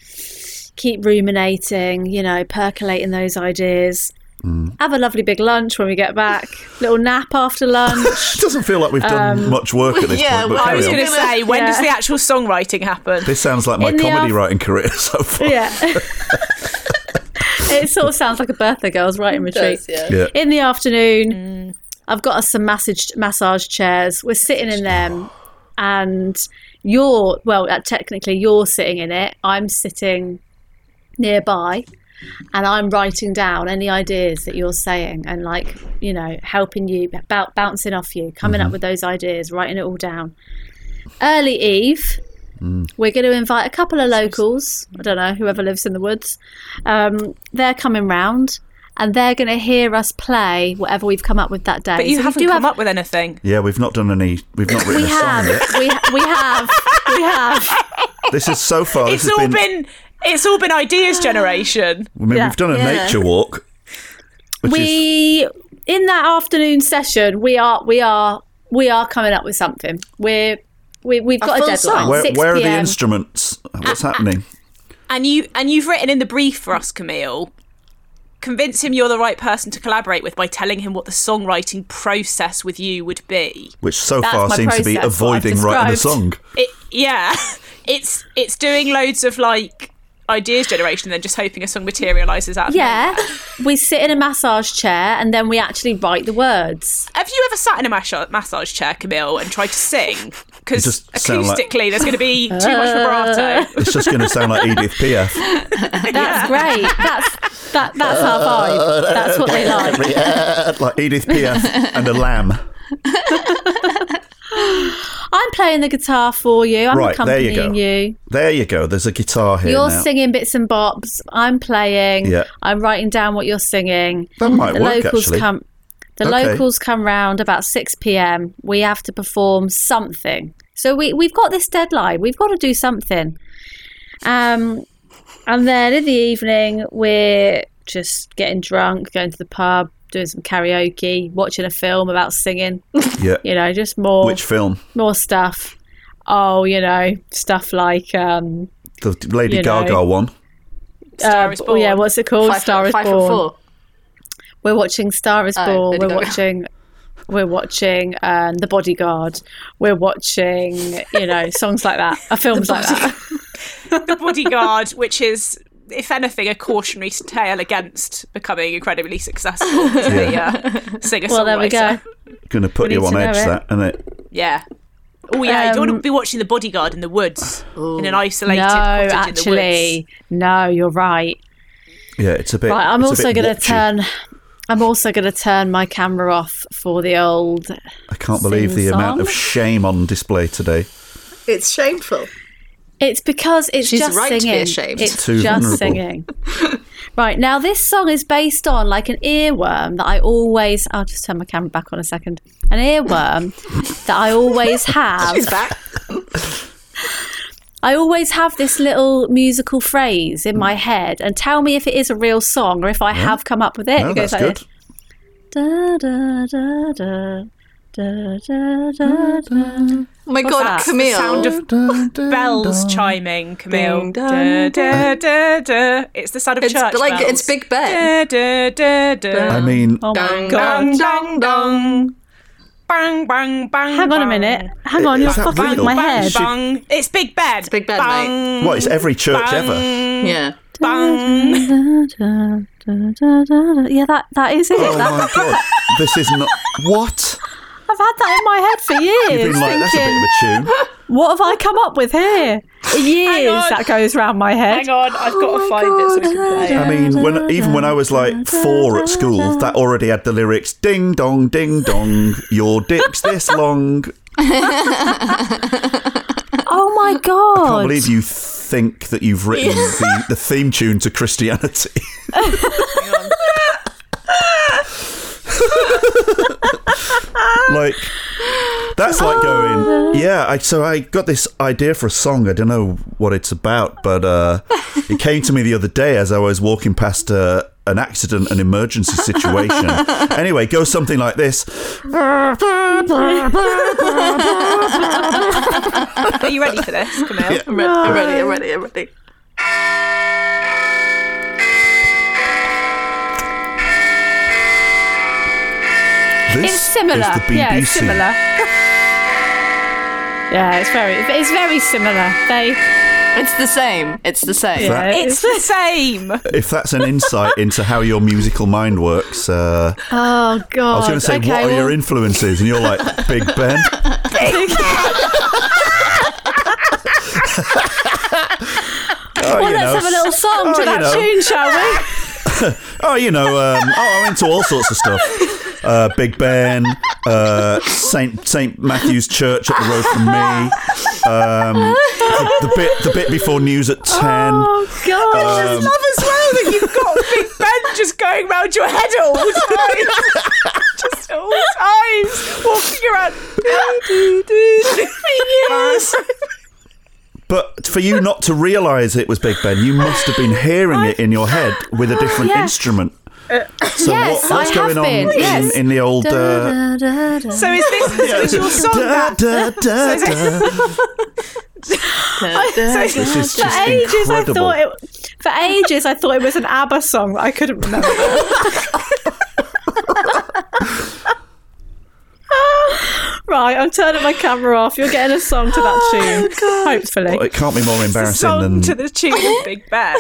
Speaker 3: keep ruminating, you know, percolating those ideas. Have a lovely big lunch when we get back. Little nap after lunch.
Speaker 4: It doesn't feel like we've done much work at this
Speaker 2: yeah,
Speaker 4: point, but
Speaker 2: well, I
Speaker 1: I
Speaker 4: carry
Speaker 1: was
Speaker 4: on.
Speaker 1: going to say, when does
Speaker 3: Yeah.
Speaker 1: the actual songwriting happen?
Speaker 4: This sounds like my
Speaker 3: In the
Speaker 4: comedy
Speaker 3: af-
Speaker 4: writing career so far.
Speaker 3: yeah. it sort of sounds like a birthday girl's writing retreat.
Speaker 4: Yeah.
Speaker 3: in the afternoon. I've got us some massage massage chairs. We're sitting in them, and you're well. uh, Technically, you're sitting in it. I'm sitting nearby, and I'm writing down any ideas that you're saying, and like you know, helping you about bouncing off you, coming up with those ideas, writing it all down. Early Eve. We're going to invite a couple of locals. I don't know whoever lives in the woods. Um, they're coming round, and they're going to hear us play whatever we've come up with that day.
Speaker 1: But you
Speaker 3: So we
Speaker 1: haven't
Speaker 3: do
Speaker 1: come
Speaker 3: have-
Speaker 1: up with anything.
Speaker 4: Yeah, we've not done any. We've not written
Speaker 3: We
Speaker 4: a song
Speaker 3: have,
Speaker 4: yet.
Speaker 3: we, ha- we have, we have.
Speaker 4: This is so far.
Speaker 1: It's
Speaker 4: this has
Speaker 1: all been... it's all been ideas generation.
Speaker 4: I mean,
Speaker 3: yeah,
Speaker 4: we've done a
Speaker 2: yeah.
Speaker 4: nature walk. Which is,
Speaker 3: We in that afternoon session, we are, we are, we are coming up with something. We're, we, we've got a,
Speaker 2: full
Speaker 3: deadline.
Speaker 2: song?
Speaker 4: where,
Speaker 3: 6
Speaker 4: where are the
Speaker 3: PM.
Speaker 4: instruments? What's
Speaker 3: Ah,
Speaker 4: happening?
Speaker 1: And you and you've written in the brief for us, Camille. Convince him you're the right person to collaborate with by telling him what the songwriting process with you would be.
Speaker 4: Which so
Speaker 3: That's
Speaker 4: far
Speaker 3: my
Speaker 4: seems to be
Speaker 3: process, what I've
Speaker 4: avoiding writing a song.
Speaker 3: described.
Speaker 1: It yeah, it's it's doing loads of like ideas generation, and then just hoping a song materialises out. Of
Speaker 3: Yeah, we sit in a massage chair and then we actually write the words.
Speaker 1: it. Have you ever sat in a mas- massage chair, Camille, and tried to sing? Because
Speaker 4: It just sound
Speaker 1: acoustically,
Speaker 4: like-
Speaker 1: there's going to be too much vibrato.
Speaker 4: It's just going to sound like Edith Piaf.
Speaker 3: That's great. That's that. That's our vibe.
Speaker 4: Uh,
Speaker 3: That's what they like.
Speaker 4: like Edith Piaf and a lamb.
Speaker 3: I'm playing the guitar for you. I'm
Speaker 4: Right, there you
Speaker 3: accompanying
Speaker 4: go.
Speaker 3: you.
Speaker 4: There you go. There's a guitar here
Speaker 3: You're
Speaker 4: now.
Speaker 3: singing bits and bobs. I'm playing.
Speaker 4: Yeah.
Speaker 3: I'm writing down what you're singing.
Speaker 4: That might
Speaker 3: the
Speaker 4: work,
Speaker 3: locals
Speaker 4: actually.
Speaker 3: come. The
Speaker 4: Okay.
Speaker 3: locals come round about six p.m. We have to perform something. So we we've got this deadline. We've got to do something. Um, and then in the evening we're just getting drunk, going to the pub, doing some karaoke, watching a film about singing.
Speaker 4: yeah.
Speaker 3: You know, just more
Speaker 4: Which film?
Speaker 3: more stuff. Oh, you know, stuff like um,
Speaker 4: The Lady
Speaker 3: You know.
Speaker 4: Gaga one.
Speaker 1: Star is
Speaker 3: uh, yeah,
Speaker 1: Born.
Speaker 3: what's it called?
Speaker 2: Five,
Speaker 3: Star
Speaker 2: for-
Speaker 3: is
Speaker 2: five
Speaker 3: Born.
Speaker 2: for four.
Speaker 3: We're watching Star is
Speaker 2: Oh,
Speaker 3: Born.
Speaker 2: Lady
Speaker 3: We're
Speaker 2: Gaga.
Speaker 3: watching. We're watching um, The Bodyguard. We're watching, you know, songs like that, uh, films like that.
Speaker 1: the bodyguard, which is. If anything, a cautionary tale against becoming incredibly successful as a
Speaker 4: Yeah.
Speaker 1: uh, singer
Speaker 3: Well, there we go.
Speaker 4: Going to put
Speaker 3: We
Speaker 4: you
Speaker 3: need
Speaker 4: on
Speaker 3: to know
Speaker 4: edge,
Speaker 3: it.
Speaker 4: that, isn't it?
Speaker 1: Yeah. Oh yeah, you don't want
Speaker 3: Um,
Speaker 1: to be watching The Bodyguard in the woods in an isolated
Speaker 3: No,
Speaker 1: cottage in the
Speaker 3: actually,
Speaker 1: woods.
Speaker 3: no, you're right.
Speaker 4: Yeah, it's a bit.
Speaker 3: Right, I'm
Speaker 4: it's a
Speaker 3: also
Speaker 4: bit
Speaker 3: going to
Speaker 4: watchy.
Speaker 3: turn. I'm also going to turn my camera off for the old.
Speaker 4: I can't believe the amount of
Speaker 3: sing-song.
Speaker 4: shame on display today.
Speaker 2: It's shameful.
Speaker 3: It's because it's
Speaker 2: She's
Speaker 3: just
Speaker 2: right to be
Speaker 3: singing.
Speaker 2: ashamed.
Speaker 3: It's
Speaker 4: Too
Speaker 3: just
Speaker 4: vulnerable.
Speaker 3: singing. right now, this song is based on like an earworm that I always. I'll just turn my camera back on a second. An earworm that I always have.
Speaker 2: She's back.
Speaker 3: I always have this little musical phrase in my head, and tell me if it is a real song or if I have come up with it.
Speaker 4: No,
Speaker 3: it goes
Speaker 4: that's
Speaker 3: like
Speaker 4: good.
Speaker 3: this. Da, da, da, da, da, da, da, da.
Speaker 2: Oh my
Speaker 1: that?
Speaker 2: god,
Speaker 1: It's the
Speaker 2: Camille.
Speaker 1: sound of
Speaker 4: Dun, dun,
Speaker 1: Bells
Speaker 4: dun.
Speaker 1: chiming, Camille.
Speaker 2: Ding, dong,
Speaker 1: Da, da, da, da. It's the sound of
Speaker 2: It's
Speaker 1: church
Speaker 2: like
Speaker 1: bells.
Speaker 2: it's Big Ben.
Speaker 1: Da, da, da, da.
Speaker 4: I mean,
Speaker 3: Oh my
Speaker 2: Dun,
Speaker 3: god!
Speaker 1: Dong, dong, dong. Bang, bang, bang.
Speaker 3: Hang on a
Speaker 1: bang.
Speaker 3: minute. Hang on,
Speaker 4: Is
Speaker 3: you're
Speaker 4: that
Speaker 3: fucking with
Speaker 4: real?
Speaker 3: my
Speaker 1: Bang,
Speaker 3: head.
Speaker 1: bang. It's Big Ben. It's
Speaker 2: Big Ben, mate.
Speaker 1: bang,
Speaker 4: what? It's every church
Speaker 1: bang,
Speaker 4: ever.
Speaker 2: Yeah.
Speaker 1: Bang.
Speaker 3: Da, da, da, da, da, da. Yeah, that, that is it.
Speaker 4: Oh
Speaker 3: That-
Speaker 4: my god, this is not what.
Speaker 3: I've had that in my head for years.
Speaker 4: Been like that's a
Speaker 3: thinking,
Speaker 4: bit of a tune.
Speaker 3: what have I come up with here? For Years
Speaker 1: on.
Speaker 3: that goes round my head.
Speaker 1: Hang on, I've got
Speaker 3: Oh
Speaker 1: to find it so we can play it.
Speaker 4: I mean, when even when I was like four at school, that already had the lyrics "Ding dong, ding dong, your dick's this long." can't
Speaker 3: Oh God.
Speaker 4: believe you think that you've written the, the theme tune to Christianity. like that's like
Speaker 5: Oh.
Speaker 4: going yeah I, so i got this idea for a song i don't know what it's about but uh, it came to me the other day as i was walking past uh, an accident an emergency situation anyway go something like this
Speaker 1: Are you ready for this, Camille?
Speaker 4: Yeah.
Speaker 2: I'm ready, I'm ready, I'm ready, I'm ready.
Speaker 4: this
Speaker 5: It's similar.
Speaker 4: is the BBC.
Speaker 5: Yeah, it's similar. yeah, it's very it's very similar. They
Speaker 2: It's the same. It's the same.
Speaker 4: That-
Speaker 5: yeah,
Speaker 1: It's the same.
Speaker 4: if that's an insight into how your musical mind works uh,
Speaker 3: Oh God!
Speaker 4: i was going to say
Speaker 3: okay,
Speaker 4: what are
Speaker 3: well,
Speaker 4: your influences and you're like big ben Oh,
Speaker 5: Well,
Speaker 4: you
Speaker 5: let's
Speaker 4: know,
Speaker 5: have a little song
Speaker 4: oh,
Speaker 5: to
Speaker 4: you
Speaker 5: that
Speaker 4: know.
Speaker 5: tune, shall we?
Speaker 4: Oh, you know, um, oh, I'm into all sorts of stuff. Uh, Big Ben, uh, Saint Saint Matthew's Church up the road from me. Um, the, the bit the bit before news at ten. Um,
Speaker 3: Oh
Speaker 4: Uh,
Speaker 3: God!
Speaker 1: Love as well that you've got Big Ben just going round your head at all times. just at all times. Walking around.
Speaker 4: But for you not to realise it was Big Ben, you must have been hearing it in your head with a different
Speaker 5: Yeah.
Speaker 4: instrument. So
Speaker 5: Uh, Yes,
Speaker 4: what, what's
Speaker 5: I have
Speaker 4: going on
Speaker 5: been,
Speaker 4: in,
Speaker 5: yes.
Speaker 4: in the old? Uh,
Speaker 3: Da, da, da, da.
Speaker 1: So is this, so is your song
Speaker 4: da,
Speaker 1: that?
Speaker 4: da, da,
Speaker 1: So is
Speaker 4: da.
Speaker 1: So is-
Speaker 4: This is
Speaker 5: For
Speaker 4: just
Speaker 5: ages,
Speaker 4: incredible.
Speaker 5: I thought it. For ages, I thought it was an ABBA song that I couldn't remember. right, I'm turning my camera off. You're getting a song to that tune, hopefully.
Speaker 4: Well, it can't be more embarrassing
Speaker 1: song
Speaker 4: than
Speaker 1: to the tune of Big Ben.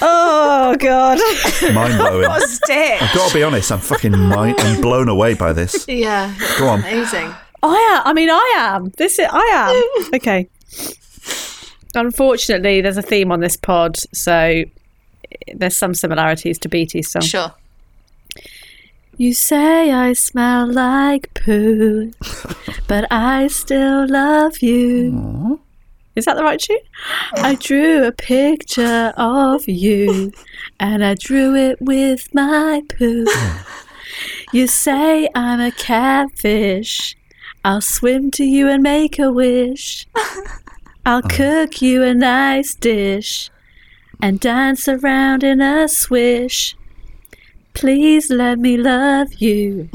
Speaker 5: Oh God!
Speaker 4: mind blowing.
Speaker 1: What a stick.
Speaker 4: Gotta be honest, I'm fucking mind- I'm blown away by this.
Speaker 2: Yeah.
Speaker 4: Go on.
Speaker 2: Amazing.
Speaker 5: I am. I mean, I am. This is. I am. Okay. Unfortunately, there's a theme on this pod, so there's some similarities to BT's song.
Speaker 2: Sure.
Speaker 3: You say I smell like poo, but I still love you.
Speaker 5: Is that the right tune?
Speaker 3: I drew a picture of you, and I drew it with my poo. You say I'm a catfish. I'll swim to you and make a wish. I'll cook you a nice dish and dance around in a swish. Please let me love you.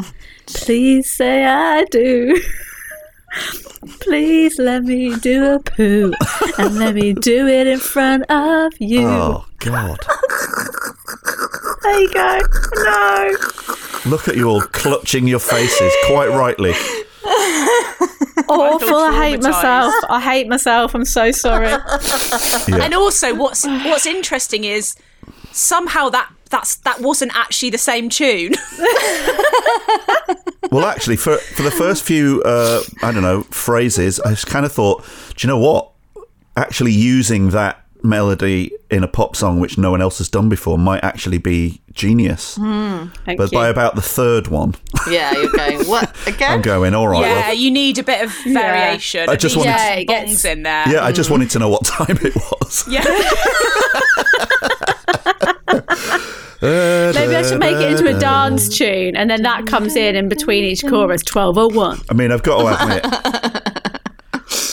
Speaker 3: Please say I do. Please let me do a poo and let me do it in front of you.
Speaker 4: Oh God!
Speaker 3: There you go. No.
Speaker 4: Look at you all clutching your faces, quite rightly.
Speaker 5: awful. Oh, I hate
Speaker 1: traumatised.
Speaker 5: myself. I hate myself. I'm so sorry.
Speaker 1: And also, what's what's interesting is somehow that that's that wasn't actually the same tune.
Speaker 4: Well, actually, for for the first few, uh, I don't know, phrases, I just kind of thought, do you know what? Actually, using that melody in a pop song, which no one else has done before, might actually be genius.
Speaker 5: Thank
Speaker 4: But
Speaker 5: you.
Speaker 4: by about the third one,
Speaker 2: Yeah, you're going, what? Again?
Speaker 4: I'm going all right.
Speaker 1: yeah,
Speaker 4: well,
Speaker 1: you need a bit of variation.
Speaker 4: Oh, I just
Speaker 1: At least
Speaker 5: wanted- Yeah, it
Speaker 1: bongs
Speaker 5: gets-
Speaker 1: in there.
Speaker 4: yeah. I just wanted to know what time it was.
Speaker 1: Yeah.
Speaker 4: Uh,
Speaker 5: Maybe I should make it into a dance tune, and then that comes in in between each chorus. Twelve oh one.
Speaker 4: I mean, I've got to admit,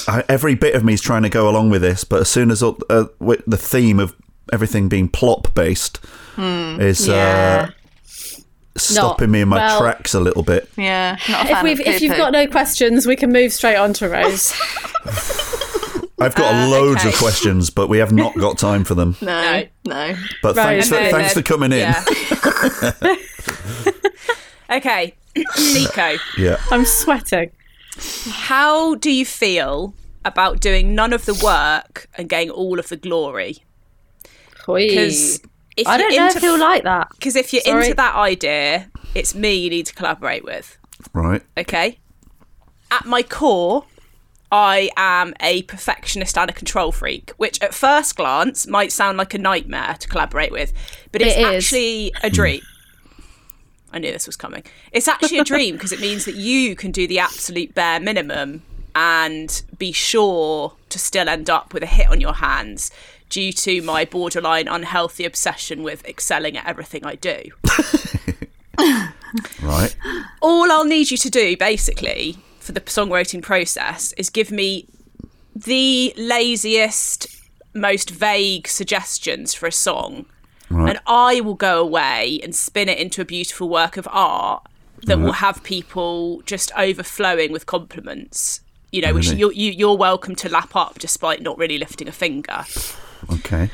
Speaker 4: I, every bit of me is trying to go along with this, but as soon as all- uh, with the theme of everything being plop based is
Speaker 5: Yeah.
Speaker 4: uh, stopping me in my
Speaker 5: well-
Speaker 4: tracks a little bit.
Speaker 2: Yeah. Not
Speaker 5: If
Speaker 2: a fan
Speaker 5: we've,
Speaker 2: of
Speaker 5: if you've
Speaker 2: poo-poo.
Speaker 5: got no questions, we can move straight on to Rose.
Speaker 4: I've got loads of
Speaker 1: okay.
Speaker 4: questions, but we have not got time for them.
Speaker 2: No. No.
Speaker 4: But
Speaker 5: Right,
Speaker 4: thanks for,
Speaker 5: okay.
Speaker 4: thanks for coming in.
Speaker 1: Yeah. okay, Nico,
Speaker 4: Yeah.
Speaker 5: I'm sweating.
Speaker 1: how do you feel about doing none of the work and getting all of the glory? Because
Speaker 5: Mm.
Speaker 1: if
Speaker 5: I
Speaker 1: you're
Speaker 5: don't know
Speaker 1: into
Speaker 5: if he'll like that.
Speaker 1: because if you're
Speaker 5: Sorry.
Speaker 1: into that idea, it's me you need to collaborate with.
Speaker 4: Right.
Speaker 1: Okay. At my core, I am a perfectionist and a control freak, which at first glance might sound like a nightmare to collaborate with, but it's
Speaker 5: It is.
Speaker 1: actually a dream. I knew this was coming. It's actually a dream because it means that you can do the absolute bare minimum and be sure to still end up with a hit on your hands due to my borderline unhealthy obsession with excelling at everything I do.
Speaker 4: right?
Speaker 1: All I'll need you to do, basically, for the songwriting process is give me the laziest, most vague suggestions for a song. And I will go away and spin it into a beautiful work of art that will have people just overflowing with compliments. You know, which
Speaker 4: Really?
Speaker 1: you're, you, you're welcome to lap up despite not really lifting a finger
Speaker 4: Okay.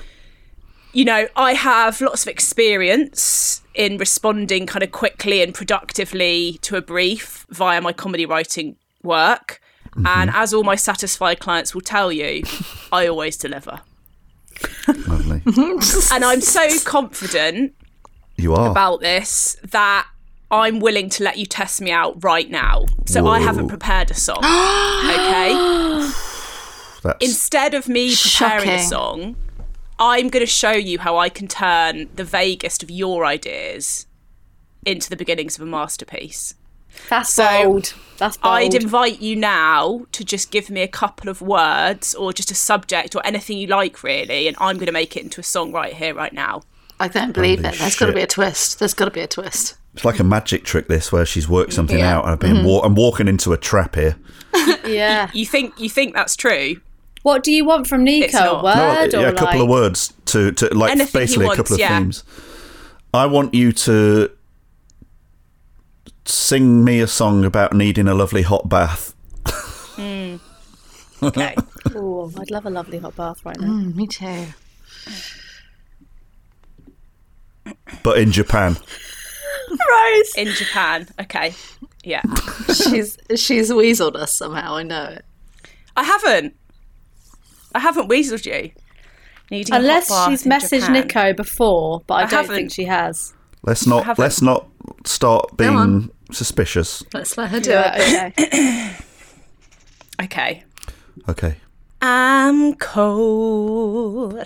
Speaker 1: you know, I have lots of experience in responding kind of quickly and productively to a brief via my comedy writing work. And as all my satisfied clients will tell you, I always deliver.
Speaker 4: Lovely.
Speaker 1: And I'm so confident
Speaker 4: You are.
Speaker 1: about this that I'm willing to let you test me out right now. So I
Speaker 4: Whoa.
Speaker 1: haven't prepared a song. Okay.
Speaker 4: That's,
Speaker 1: Instead of me preparing a
Speaker 2: Shocking.
Speaker 1: song, I'm going to show you how I can turn the vaguest of your ideas into the beginnings of a masterpiece.
Speaker 5: That's
Speaker 1: So,
Speaker 5: bold. That's bold.
Speaker 1: I'd invite you now to just give me a couple of words or just a subject or anything you like, really, and I'm going to make it into a song right here, right now.
Speaker 2: I don't believe
Speaker 4: Holy
Speaker 2: it. There's got to
Speaker 4: shit.
Speaker 2: be a twist. There's got to be a twist.
Speaker 4: it's like a magic trick, this, where she's worked something
Speaker 2: Yeah.
Speaker 4: out. and I've been wa- I'm walking into a trap here.
Speaker 5: yeah.
Speaker 1: You think you think that's true?
Speaker 5: What do you want from
Speaker 1: It's
Speaker 5: Nico?
Speaker 1: not.
Speaker 5: A word
Speaker 4: yeah,
Speaker 5: or
Speaker 4: a couple
Speaker 5: like,
Speaker 4: of words to, to like
Speaker 1: Anything he
Speaker 4: basically
Speaker 1: wants,
Speaker 4: a couple of
Speaker 1: yeah.
Speaker 4: themes. I want you to sing me a song about needing a lovely hot bath.
Speaker 1: Okay.
Speaker 5: Ooh, I'd love a lovely hot bath right now.
Speaker 2: Mm, me too.
Speaker 4: But in Japan,
Speaker 5: Rose.
Speaker 1: In Japan. Okay. Yeah.
Speaker 2: She's she's weaseled us somehow. I know it.
Speaker 1: I haven't. I haven't weaseled you. Needing a hot
Speaker 5: Unless
Speaker 1: bath
Speaker 5: she's
Speaker 1: in
Speaker 5: messaged
Speaker 1: Japan.
Speaker 5: Nico before, but I,
Speaker 1: I
Speaker 5: don't
Speaker 1: haven't.
Speaker 5: think she has.
Speaker 4: let's not
Speaker 1: haven't.
Speaker 4: let's not start being suspicious.
Speaker 2: Let's let her do it.
Speaker 5: okay.
Speaker 1: Okay.
Speaker 4: Okay.
Speaker 1: I'm cold.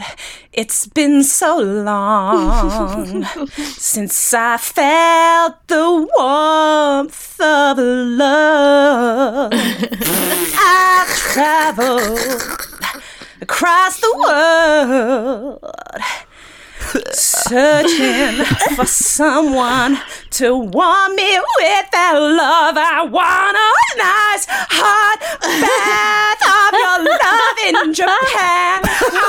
Speaker 1: It's been so long since I felt the warmth of love. I traveled across the world searching for someone to warm me with their love. I want a nice hot bath of your love in Japan. I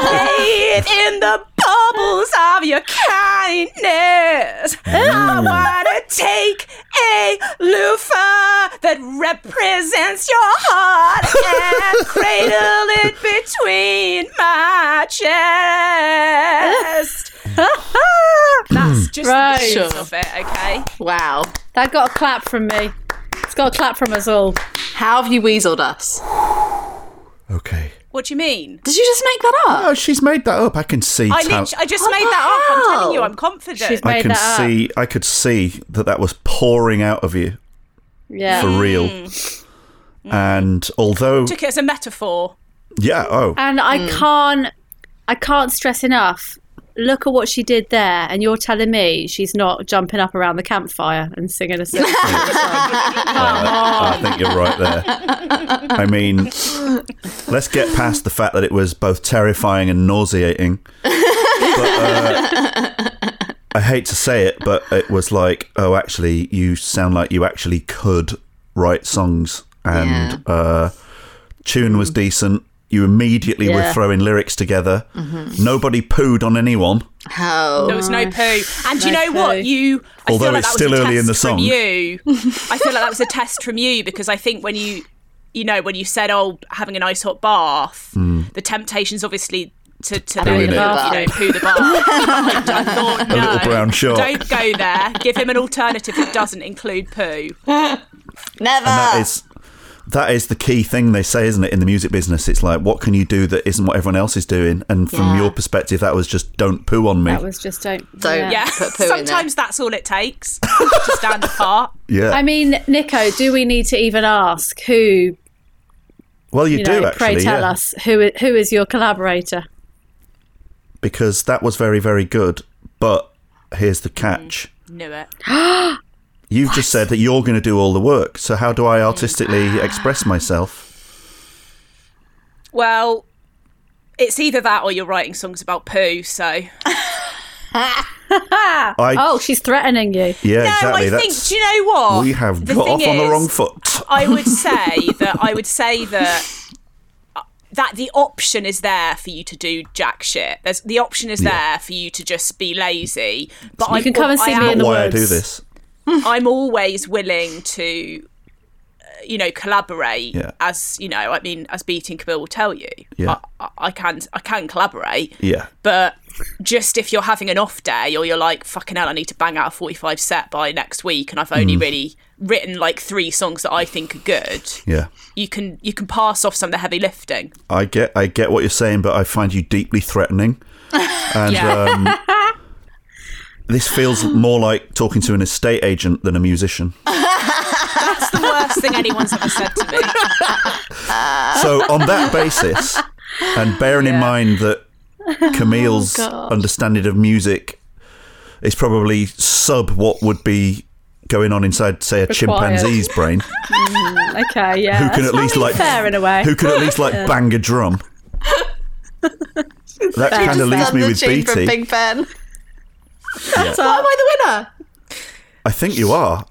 Speaker 1: wanna bathe in the bubbles of your kindness. I wanna take a loofah that represents your heart and cradle it between my chest. That's just
Speaker 5: Right.
Speaker 1: the gist
Speaker 2: Sure.
Speaker 1: of it, okay?
Speaker 2: Wow.
Speaker 5: That got a clap from me. It's got a clap from us all.
Speaker 2: How have you weaseled us?
Speaker 4: Okay.
Speaker 1: What do you mean?
Speaker 2: Did you just make that up?
Speaker 4: Oh, she's made that up. I can see.
Speaker 1: I,
Speaker 4: talent.
Speaker 1: lit- I just made that up. I'm telling you,
Speaker 2: hell?
Speaker 1: I'm confident.
Speaker 5: She's
Speaker 4: I
Speaker 5: made
Speaker 4: can
Speaker 5: that up.
Speaker 4: see. I could see that that was pouring out of you
Speaker 5: Yeah.
Speaker 4: for real. And although,
Speaker 1: Mm. Took it as a metaphor.
Speaker 4: yeah, oh,
Speaker 5: And I can't I can't stress enough. Look at what she did there, and you're telling me she's not jumping up around the campfire and singing a song.
Speaker 4: Oh, I think you're right there. I mean, let's get past the fact that it was both terrifying and nauseating. But, uh, I hate to say it, but it was like, oh, actually, you sound like you actually could write songs, and uh, tune was decent. You immediately were
Speaker 5: Yeah.
Speaker 4: throwing lyrics together. Nobody pooed on anyone.
Speaker 2: How?
Speaker 1: There was no poo. And do you know
Speaker 5: poo.
Speaker 1: what? You. I
Speaker 4: Although
Speaker 1: feel like
Speaker 4: it's
Speaker 1: that was a
Speaker 4: still early in
Speaker 1: test
Speaker 4: the
Speaker 1: from
Speaker 4: song.
Speaker 1: You. I feel like that was a test from you because I think when you, you know, when you said, "Oh, having an ice hot bath," the temptations obviously to to
Speaker 4: Hmm. Poo
Speaker 1: then,
Speaker 4: in
Speaker 1: you
Speaker 4: it.
Speaker 1: know, poo the bath. I thought, no,
Speaker 4: A little brown shark.
Speaker 1: don't go there. Give him an alternative that doesn't include poo.
Speaker 2: Never.
Speaker 4: that is that is the key thing they say, isn't it, in the music business? It's like, what can you do that isn't what everyone else is doing? And from
Speaker 2: Yeah.
Speaker 4: your perspective, that was just don't poo on me.
Speaker 5: That was just don't.
Speaker 2: Don't.
Speaker 1: Yeah,
Speaker 2: Put poo in there.
Speaker 1: sometimes that's all it takes to stand apart.
Speaker 4: yeah.
Speaker 5: I mean, Nico, do we need to even ask who?
Speaker 4: well, you,
Speaker 5: You
Speaker 4: do
Speaker 5: know,
Speaker 4: actually,
Speaker 5: pray tell
Speaker 4: yeah,
Speaker 5: us who i- who is your collaborator?
Speaker 4: because that was very, very good. But here's the catch:
Speaker 1: Knew it.
Speaker 4: You've just said that you're going to do all the work. So how do I artistically express myself?
Speaker 1: Well, it's either that or you're writing songs about poo. So
Speaker 4: I
Speaker 5: Oh, she's threatening you.
Speaker 1: no,
Speaker 4: yeah, exactly.
Speaker 1: I
Speaker 4: That's
Speaker 1: think. Do you know what?
Speaker 4: we have
Speaker 1: The
Speaker 4: got off
Speaker 1: thing
Speaker 4: on the
Speaker 1: is,
Speaker 4: wrong foot.
Speaker 1: I would say that I would say that uh, that the option is there for you to do jack shit. There's the option is there for you to just be lazy. But I
Speaker 5: can come and
Speaker 1: I
Speaker 5: see me
Speaker 1: am-
Speaker 5: in the
Speaker 4: Not why I do
Speaker 5: words.
Speaker 4: this.
Speaker 1: I'm always willing to, uh, you know, collaborate.
Speaker 4: Yeah.
Speaker 1: As you know, I mean, as Beating Kabil will tell you,
Speaker 4: Yeah.
Speaker 1: I, I, I can I can collaborate.
Speaker 4: Yeah.
Speaker 1: But just if you're having an off day or you're like, fucking hell, I need to bang out a 45 set by next week, and I've
Speaker 4: Mm.
Speaker 1: only really written like three songs that I think are good.
Speaker 4: Yeah.
Speaker 1: You can you can pass off some of the heavy lifting.
Speaker 4: I get I get what you're saying, but I find you deeply threatening. And um, this feels more like talking to an estate agent than a musician.
Speaker 1: That's the worst thing anyone's ever said to me.
Speaker 4: So on that basis, and bearing in mind that Camille's
Speaker 2: Oh,
Speaker 4: understanding of music is probably sub what would be going on inside, say, a chimpanzee's brain,
Speaker 5: Okay, yeah.
Speaker 4: who can
Speaker 5: That's
Speaker 4: at least
Speaker 5: probably
Speaker 4: like
Speaker 5: fair in a way.
Speaker 4: who can at least like bang a drum. That kind of leaves
Speaker 2: Done
Speaker 4: me
Speaker 2: the
Speaker 4: with
Speaker 2: tune
Speaker 4: BT.
Speaker 2: from Big Ben.
Speaker 4: Yeah.
Speaker 2: Am I the winner?
Speaker 4: I think you are.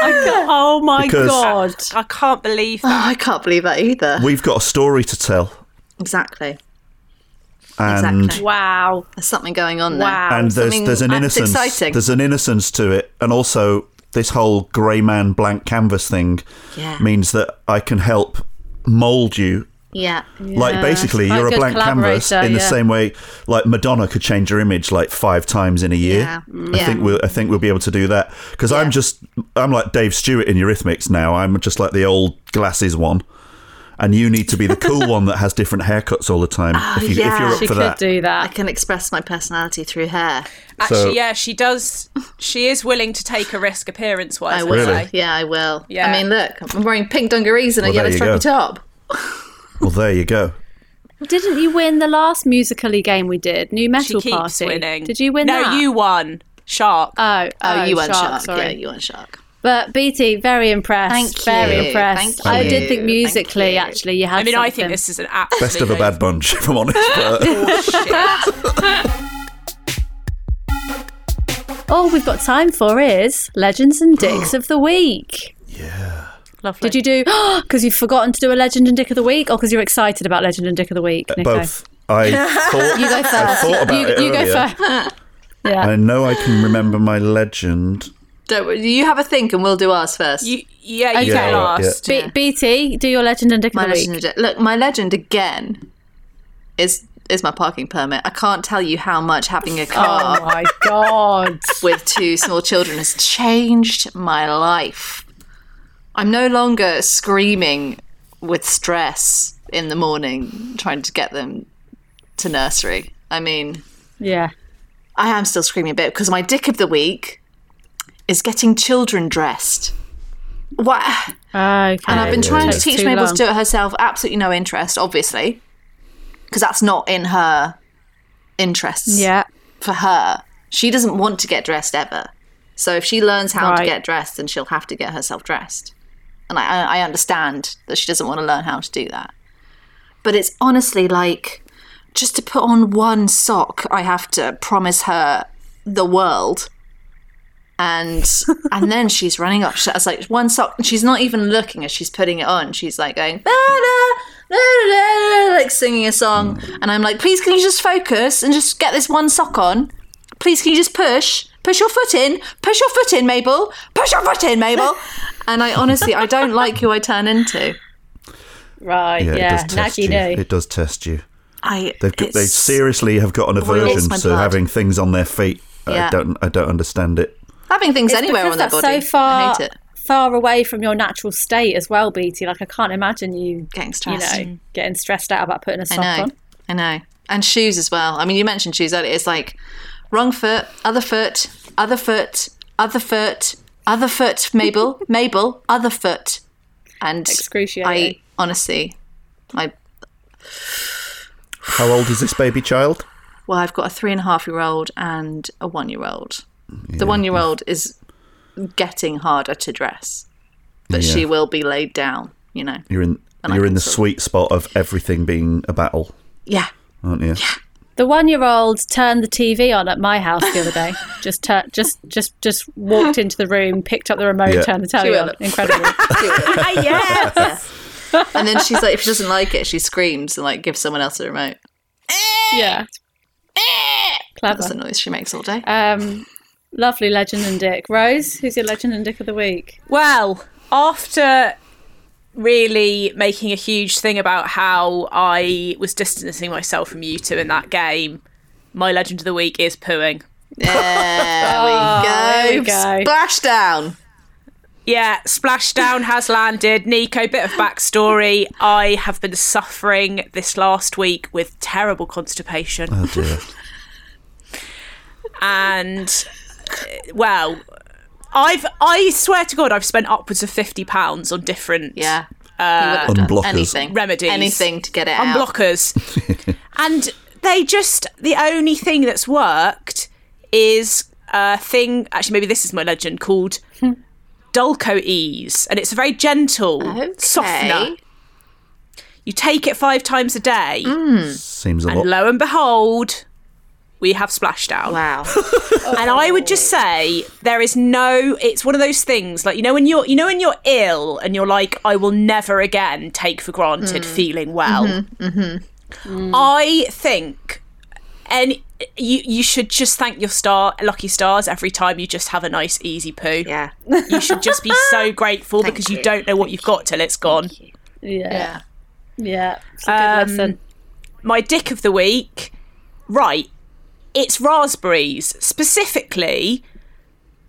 Speaker 5: oh my
Speaker 4: Because-
Speaker 5: god.
Speaker 1: I can't believe that.
Speaker 2: Oh, I can't believe that either.
Speaker 4: We've got a story to tell,
Speaker 2: Exactly.
Speaker 4: and
Speaker 2: Exactly.
Speaker 5: Wow.
Speaker 2: There's something going on
Speaker 5: Wow.
Speaker 4: and there's
Speaker 2: Something
Speaker 4: there's an
Speaker 2: that's
Speaker 4: innocence,
Speaker 2: exciting.
Speaker 4: there's an innocence to it, and also this whole grey man blank canvas thing
Speaker 2: Yeah.
Speaker 4: means that I can help mould you.
Speaker 2: there. Yeah.
Speaker 4: Like basically,
Speaker 5: Like
Speaker 4: you're a
Speaker 5: good
Speaker 4: blank canvas
Speaker 5: collaborator,
Speaker 4: in the
Speaker 5: yeah.
Speaker 4: same way. Like Madonna could change her image like five times in a year.
Speaker 2: Yeah.
Speaker 4: I think we'll I think we'll be able to do that because I'm just I'm like Dave Stewart in Eurythmics now. I'm just like the old glasses one, and you need to be the cool one that has different haircuts all the time. if, you, if
Speaker 2: yeah.
Speaker 4: you're up
Speaker 5: She
Speaker 4: for
Speaker 5: could
Speaker 4: that,
Speaker 5: do
Speaker 2: I
Speaker 5: that.
Speaker 2: can express my personality through hair.
Speaker 1: Actually,
Speaker 4: So-
Speaker 1: yeah, she does. She is willing to take a risk appearance wise.
Speaker 2: I will.
Speaker 4: Really?
Speaker 2: Yeah, I will.
Speaker 1: Yeah.
Speaker 2: I mean, look, I'm wearing pink dungarees and a
Speaker 4: Well, there
Speaker 2: yellow
Speaker 4: you go.
Speaker 2: strappy top.
Speaker 4: well, there you go.
Speaker 5: Didn't you win the last musically game we did? New
Speaker 1: She
Speaker 5: Metal
Speaker 1: keeps
Speaker 5: Party.
Speaker 1: winning.
Speaker 5: Did you win
Speaker 1: no,
Speaker 5: that?
Speaker 1: you won. Shark.
Speaker 5: Oh,
Speaker 2: Oh, you weren't shark.
Speaker 5: Sorry.
Speaker 2: Yeah, you weren't shark.
Speaker 5: But BT, very impressed.
Speaker 2: Thank you.
Speaker 5: Very impressed.
Speaker 2: Thank
Speaker 5: I
Speaker 2: you.
Speaker 5: did think
Speaker 2: Thank
Speaker 5: musically,
Speaker 2: you.
Speaker 5: actually, you had
Speaker 1: I mean, I think
Speaker 5: something.
Speaker 1: this is an absolute
Speaker 4: Best of a bad bunch, if I'm honest. But
Speaker 1: shit.
Speaker 5: All we've got time for is Legends and Dicks of the Week.
Speaker 1: Lovely.
Speaker 5: Did you do, because you've forgotten to do a Legend and Dick of the Week, or because you're excited about Legend and Dick of the Week? Nico?
Speaker 4: Uh, both. I thought,
Speaker 5: You go
Speaker 4: I
Speaker 5: first.
Speaker 4: thought about
Speaker 5: You,
Speaker 4: it
Speaker 5: you
Speaker 4: earlier.
Speaker 5: go first.
Speaker 4: I know I can remember my legend.
Speaker 2: Don't worry. You have a think and we'll do ours first.
Speaker 1: You, yeah, you
Speaker 5: Okay.
Speaker 1: got
Speaker 5: Yeah,
Speaker 4: right, yeah.
Speaker 1: asked.
Speaker 5: B- BT, do your Legend and Dick
Speaker 2: my
Speaker 5: of the Week.
Speaker 2: legend ag- Look, my legend again is is my parking permit. I can't tell you how much having a
Speaker 5: Oh
Speaker 2: car
Speaker 5: my god.
Speaker 2: with two small children has changed my life. I'm no longer screaming with stress in the morning trying to get them to nursery. I mean,
Speaker 5: Yeah.
Speaker 2: I am still screaming a bit because my dick of the week is getting children dressed. What?
Speaker 5: Okay.
Speaker 2: And I've been
Speaker 4: yeah,
Speaker 2: trying
Speaker 4: yeah.
Speaker 2: to teach
Speaker 5: Too
Speaker 2: Mabel
Speaker 5: long.
Speaker 2: to do it herself. Absolutely no interest, obviously, because that's not in her interests.
Speaker 5: Yeah.
Speaker 2: For her, she doesn't want to get dressed ever. So if she learns how to
Speaker 5: Right.
Speaker 2: get dressed, then she'll have to get herself dressed. And I, I- I understand that she doesn't want to learn how to do that. But it's honestly like just to put on one sock, I have to promise her the world and and then she's running up. She has like one sock. and She's not even looking as she's putting it on. She's like going "La, la, la, la, la," like singing a song,
Speaker 5: Mm.
Speaker 2: and I'm like, please can you just focus and just get this one sock on? Please can you just push, push your foot in, push your foot in, Mabel, push your foot in, Mabel. And I honestly, I don't like who I turn into.
Speaker 5: Right.
Speaker 4: Yeah,
Speaker 5: Yeah.
Speaker 4: it does test
Speaker 5: Naggy
Speaker 4: you.
Speaker 5: knew.
Speaker 4: It does test you.
Speaker 2: I
Speaker 4: They've got, they
Speaker 2: it's-
Speaker 4: seriously have got an aversion
Speaker 2: my
Speaker 4: to
Speaker 2: blood.
Speaker 4: having things on their feet. I
Speaker 2: Yeah.
Speaker 4: don't. I don't understand it.
Speaker 2: having things anywhere
Speaker 5: because
Speaker 2: on
Speaker 5: that's
Speaker 2: their body.
Speaker 5: so far
Speaker 2: I hate it.
Speaker 5: far away from your natural state as well, BT. Like I can't imagine you
Speaker 2: Getting
Speaker 5: you
Speaker 2: stressed.
Speaker 5: know getting stressed out about putting a sock
Speaker 2: Mm. I know.
Speaker 5: on.
Speaker 2: I know. And shoes as well. I mean, you mentioned shoes earlier. It's like wrong foot, other foot, other foot, other foot, other foot, Mabel, Mabel, other foot. And
Speaker 5: Excruciating.
Speaker 2: I honestly, I
Speaker 4: How old is this baby child?
Speaker 2: well, I've got a three and a half year old and a one year old. The one year old is getting harder to dress, but she
Speaker 4: Yeah.
Speaker 2: will be laid down. You know,
Speaker 4: You're in
Speaker 2: I
Speaker 4: you're in
Speaker 2: can
Speaker 4: the
Speaker 2: sort of-
Speaker 4: sweet spot of everything being a battle,
Speaker 2: yeah.
Speaker 4: aren't you?
Speaker 5: The one-year-old turned the TV on at my house the other day. just, tur just, just, just walked into the room, picked up the remote,
Speaker 4: Yeah.
Speaker 5: turned the
Speaker 2: She
Speaker 5: telly
Speaker 2: will.
Speaker 5: on. Incredible.
Speaker 1: Ah, yeah.
Speaker 2: And then she's like, if she doesn't like it, she screams and like gives someone else a remote.
Speaker 5: yeah.
Speaker 2: That's
Speaker 5: Clever.
Speaker 2: the noise she makes all day.
Speaker 5: Um, lovely legend and Dick. Rose, who's your legend and Dick of the week?
Speaker 1: Well, after really making a huge thing about how I was distancing myself from you two in that game, my legend of the week is pooing.
Speaker 2: There
Speaker 5: we go.
Speaker 2: Splashdown.
Speaker 1: Yeah, Splashdown has landed. Nico, bit of backstory. I have been suffering this last week with terrible constipation.
Speaker 4: Oh dear.
Speaker 1: and uh, well i've i swear to god i've spent upwards of 50 pounds on different
Speaker 2: Yeah. Uh,
Speaker 4: Unblockers.
Speaker 2: Anything.
Speaker 1: Remedies.
Speaker 2: Anything to get it
Speaker 1: on
Speaker 2: out.
Speaker 1: blockers and they just the only thing that's worked is a thing actually maybe this is my legend called dulco ease and it's a very gentle
Speaker 2: Okay.
Speaker 1: softener you take it five times a day
Speaker 4: Seems a lot.
Speaker 1: and lo and behold we have splashdown
Speaker 2: Mm. Wow.
Speaker 1: And I would just say there is no. It's one of those things like you know when you're you know when you're ill and you're like I will never again take for granted feeling well. I think and you you should just thank your star lucky stars every time you just have a nice easy poo.
Speaker 2: Yeah.
Speaker 1: You should just be so grateful because you.
Speaker 2: you.
Speaker 1: don't know what you've got till it's gone.
Speaker 5: Yeah.
Speaker 2: Yeah.
Speaker 5: Yeah. It's a good lesson.
Speaker 1: my dick of the week, right? It's raspberries specifically.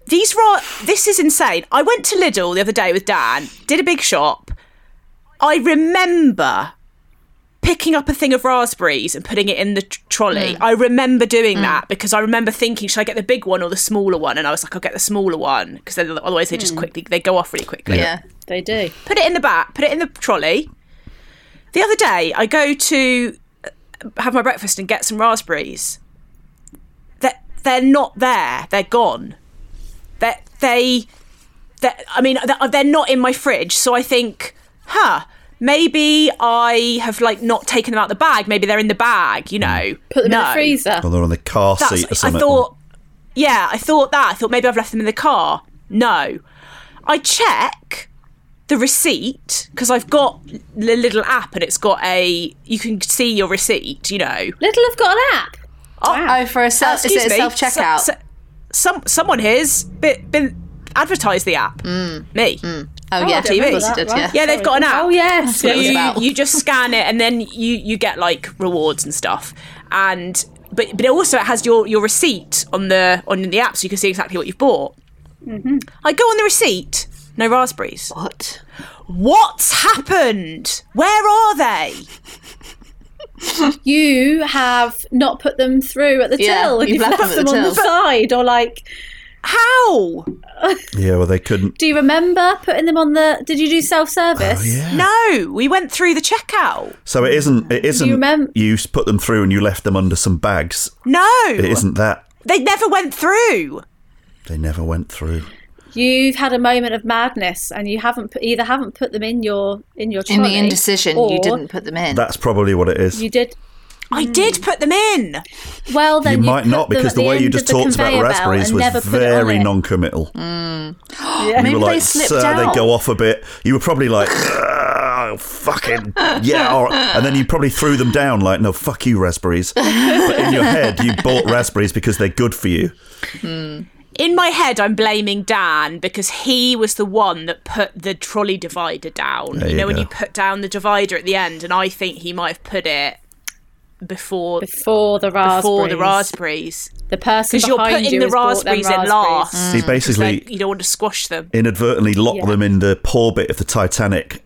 Speaker 1: These ra- this is insane. I went to Lidl the other day with Dan, did a big shop. I remember picking up a thing of raspberries and putting it in the tr- trolley. I remember doing that because I remember thinking, should I get the big one or the smaller one? And I was like, I'll get the smaller one because otherwise they just quickly they go off really quickly
Speaker 2: Yeah.
Speaker 5: They do.
Speaker 1: put it in the back, put it in the trolley. The other day, I go to uh, have my breakfast and get some raspberries. That they're, not there; they're gone. That they, that I mean, they're- they're not in my fridge. So I think, huh, maybe I have like not taken them out the bag. Maybe they're in the bag, you know.
Speaker 5: Mm. Put them
Speaker 1: no.
Speaker 5: in the freezer.
Speaker 4: Or they're on the car
Speaker 1: That's-
Speaker 4: seat or something.
Speaker 1: I thought, yeah, I thought that. I thought maybe I've left them in the car. No, I check the receipt because I've got the little app and it's got a you can see your receipt. You know,
Speaker 5: Little have got an app.
Speaker 2: Oh, for a self, is
Speaker 1: Excuse
Speaker 2: it a
Speaker 1: me,
Speaker 2: self checkout?
Speaker 1: so- so- some someone here's been, been advertised the app. Me.
Speaker 2: oh, yeah.
Speaker 1: TV.
Speaker 2: Of course you did, yeah.
Speaker 1: Yeah, they've got an app.
Speaker 5: Oh, yes.
Speaker 2: it was
Speaker 1: you,
Speaker 2: about.
Speaker 1: you just scan it and then you you get like rewards and stuff and but but also it has your your receipt on the on the app so you can see exactly what you've bought i go on the receipt no raspberries
Speaker 2: What?
Speaker 1: what's happened where are they
Speaker 5: You have not put them through at the
Speaker 2: Yeah,
Speaker 5: till. and
Speaker 2: you've
Speaker 5: You've
Speaker 2: left
Speaker 5: left,
Speaker 2: them at
Speaker 5: them,
Speaker 2: the
Speaker 5: on the
Speaker 2: till.
Speaker 5: side or like
Speaker 1: how
Speaker 4: Yeah, well, they couldn't.
Speaker 5: Do you remember putting them on the? Did you do self service?
Speaker 4: Oh, yeah.
Speaker 1: no we went through the checkout
Speaker 4: So it isn't. It isn't. You,
Speaker 5: remem-
Speaker 4: s- put them through and you left them under some bags.
Speaker 1: no
Speaker 4: It isn't that.
Speaker 1: they never went through
Speaker 4: They never went through.
Speaker 5: You've had a moment of madness, and you haven't put, either haven't put them in your in your
Speaker 2: In
Speaker 5: trolley,
Speaker 2: the indecision, you
Speaker 5: or
Speaker 2: didn't put them in.
Speaker 4: That's probably what it is.
Speaker 5: You did
Speaker 1: i did put them in
Speaker 5: well. Then
Speaker 4: You
Speaker 5: you,
Speaker 4: might
Speaker 5: put
Speaker 4: not
Speaker 5: them
Speaker 4: because
Speaker 5: at
Speaker 4: the way
Speaker 5: end
Speaker 4: you
Speaker 5: of
Speaker 4: just
Speaker 5: the
Speaker 4: talked about
Speaker 5: conveyor belt
Speaker 4: raspberries
Speaker 5: and
Speaker 4: was
Speaker 5: never put it on
Speaker 4: very
Speaker 5: it. Mm.
Speaker 4: non-committal.
Speaker 2: Maybe
Speaker 4: You were
Speaker 2: they
Speaker 4: like,
Speaker 2: slipped
Speaker 4: sir,
Speaker 2: out.
Speaker 4: they go off a bit. You were probably like, "Ugh, fucking yeah, all right." and then you probably threw them down like, no, fuck you, raspberries. but in your head, you bought raspberries because they're good for you.
Speaker 1: in my head, I'm blaming Dan because he was the one that put the trolley divider down. you
Speaker 4: you
Speaker 1: know, when
Speaker 4: go.
Speaker 1: you put down the divider at the end, and I think he might have put it before
Speaker 5: before
Speaker 1: before,
Speaker 5: the raspberries.
Speaker 1: the raspberries
Speaker 5: the person
Speaker 1: because you're
Speaker 5: behind
Speaker 1: putting
Speaker 5: you
Speaker 1: the
Speaker 5: has bought them
Speaker 1: raspberries, in last.
Speaker 5: Mm.
Speaker 4: He basically
Speaker 1: Like, you don't want to squash them.
Speaker 4: inadvertently locked
Speaker 5: Yeah.
Speaker 4: them in the poor bit of the Titanic.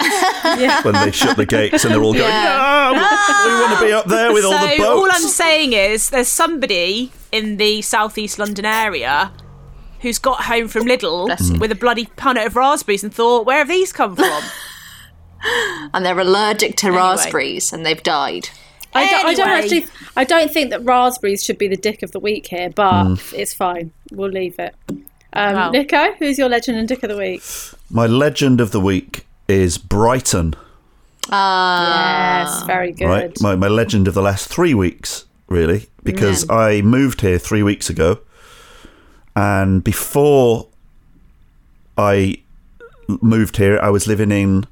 Speaker 4: when they shut the gates and they're all going,
Speaker 2: Yeah.
Speaker 4: no, we- we want to be up there with
Speaker 1: so
Speaker 4: all the boats.
Speaker 1: all I'm saying is, there's somebody in the southeast London area. Who's got home from
Speaker 2: Bless you.
Speaker 1: Lidl with a bloody punnet of raspberries and thought, where have these come from?
Speaker 2: and they're allergic to raspberries and they've died.
Speaker 5: I don't, I don't
Speaker 1: Anyway.
Speaker 5: actually.
Speaker 4: Mm.
Speaker 5: I don't think that raspberries should be the dick of the week here, but it's fine. We'll leave it. Um,
Speaker 1: Wow.
Speaker 5: Nico, who's your legend and dick of the week?
Speaker 4: My legend of the week is Brighton.
Speaker 2: Uh,
Speaker 5: yes, Ah. very good.
Speaker 4: right? My, my legend of the last three weeks, really, because I moved here three weeks ago. And before I moved here, I was living in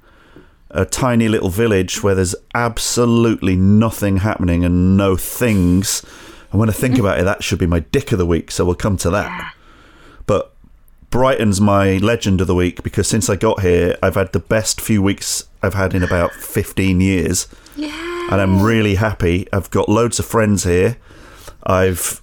Speaker 4: a tiny little village where there's absolutely nothing happening and no things. And when I think about it, that should be my dick of the week. So we'll come to that. But Brighton's my legend of the week because since I got here, I've had the best few weeks I've had in about 15 years and I'm really happy. I've got loads of friends here. I've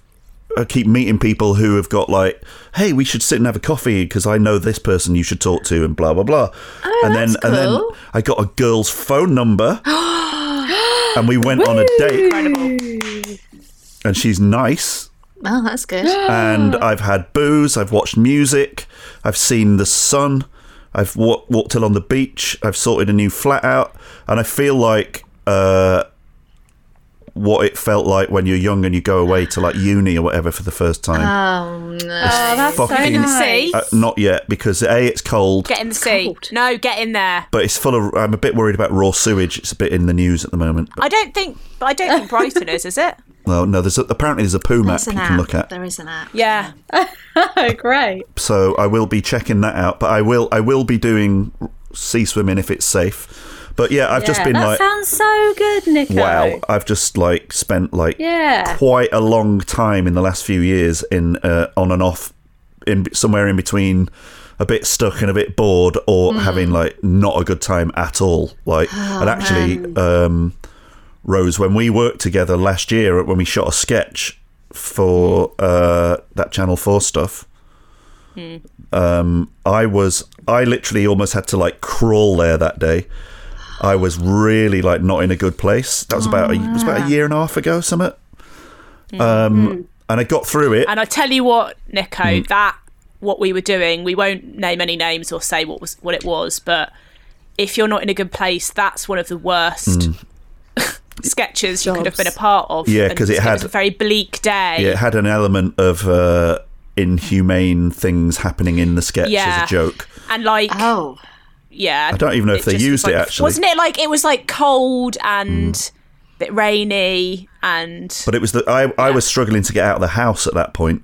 Speaker 4: I keep meeting people who have got like, hey, we should sit and have a coffee because I know this person you should talk to, and blah blah blah. Oh, and then
Speaker 2: that's
Speaker 4: and then
Speaker 2: cool.
Speaker 4: I got a girl's phone number, and we went on a date,
Speaker 1: Incredible.
Speaker 4: and she's nice.
Speaker 2: Oh, that's good.
Speaker 4: And
Speaker 2: Ah.
Speaker 4: I've had booze. I've watched music. I've seen the sun. I've wa- walked along the beach. I've sorted a new flat out, and I feel like uh, what it felt like when you're young and you go away to like uni or whatever for the first time.
Speaker 2: Um,
Speaker 5: Oh, that's
Speaker 4: Fucking-
Speaker 5: so
Speaker 1: In the
Speaker 5: nice.
Speaker 1: sea.
Speaker 4: Uh, not yet, because a it's cold,
Speaker 1: Get in the sea. No, get in there.
Speaker 4: but it's full of. I'm a bit worried about raw sewage. It's a bit in the news at the moment. But,
Speaker 1: I don't think. I don't think Brighton is, is it?
Speaker 4: well, no, there's a, apparently there's a poo map
Speaker 2: there's
Speaker 4: you
Speaker 2: an
Speaker 4: can look
Speaker 2: app.
Speaker 4: at.
Speaker 2: There is an app.
Speaker 1: Yeah.
Speaker 5: Oh, great.
Speaker 4: so I will be checking that out. But I will I will be doing sea swimming if it's safe. But yeah, I've just
Speaker 5: Yeah,
Speaker 4: been
Speaker 5: that
Speaker 4: like,
Speaker 5: sounds so good, Nico.
Speaker 4: wow, I've just like spent like
Speaker 5: Yeah.
Speaker 4: quite a long time in the last few years in uh, on and off in somewhere in between a bit stuck and a bit bored or
Speaker 5: Mm-hmm.
Speaker 4: having like not a good time at all like
Speaker 5: Oh,
Speaker 4: and actually um Rose when we worked together last year when we shot a sketch for
Speaker 5: Mm-hmm.
Speaker 4: uh that channel 4 stuff um I was I literally almost had to like crawl there that day I was really like not in a good place that was about a, it was about a year and a half ago summit um and I got through it
Speaker 1: Hmm. And I tell you what, Nico,
Speaker 4: Mm.
Speaker 1: that what we were doing, we won't name any names or say what was what it was, but if you're not in a good place, that's one of the worst sketches you could have been a part of.
Speaker 4: Mm. Yeah,
Speaker 1: And
Speaker 4: 'cause it
Speaker 1: was
Speaker 4: had-
Speaker 1: a very bleak day.
Speaker 4: Yeah, it had an element of uh, inhumane things happening in the sketch
Speaker 1: Yeah.
Speaker 4: as a joke.
Speaker 1: And like,
Speaker 2: Oh,
Speaker 1: yeah,
Speaker 4: I don't even know if they
Speaker 1: just was
Speaker 4: used it,
Speaker 1: like-
Speaker 4: actually. Mm.
Speaker 1: Wasn't it like it was like cold and a bit rainy and
Speaker 4: But it was that I, I was struggling to get out of the house at that point.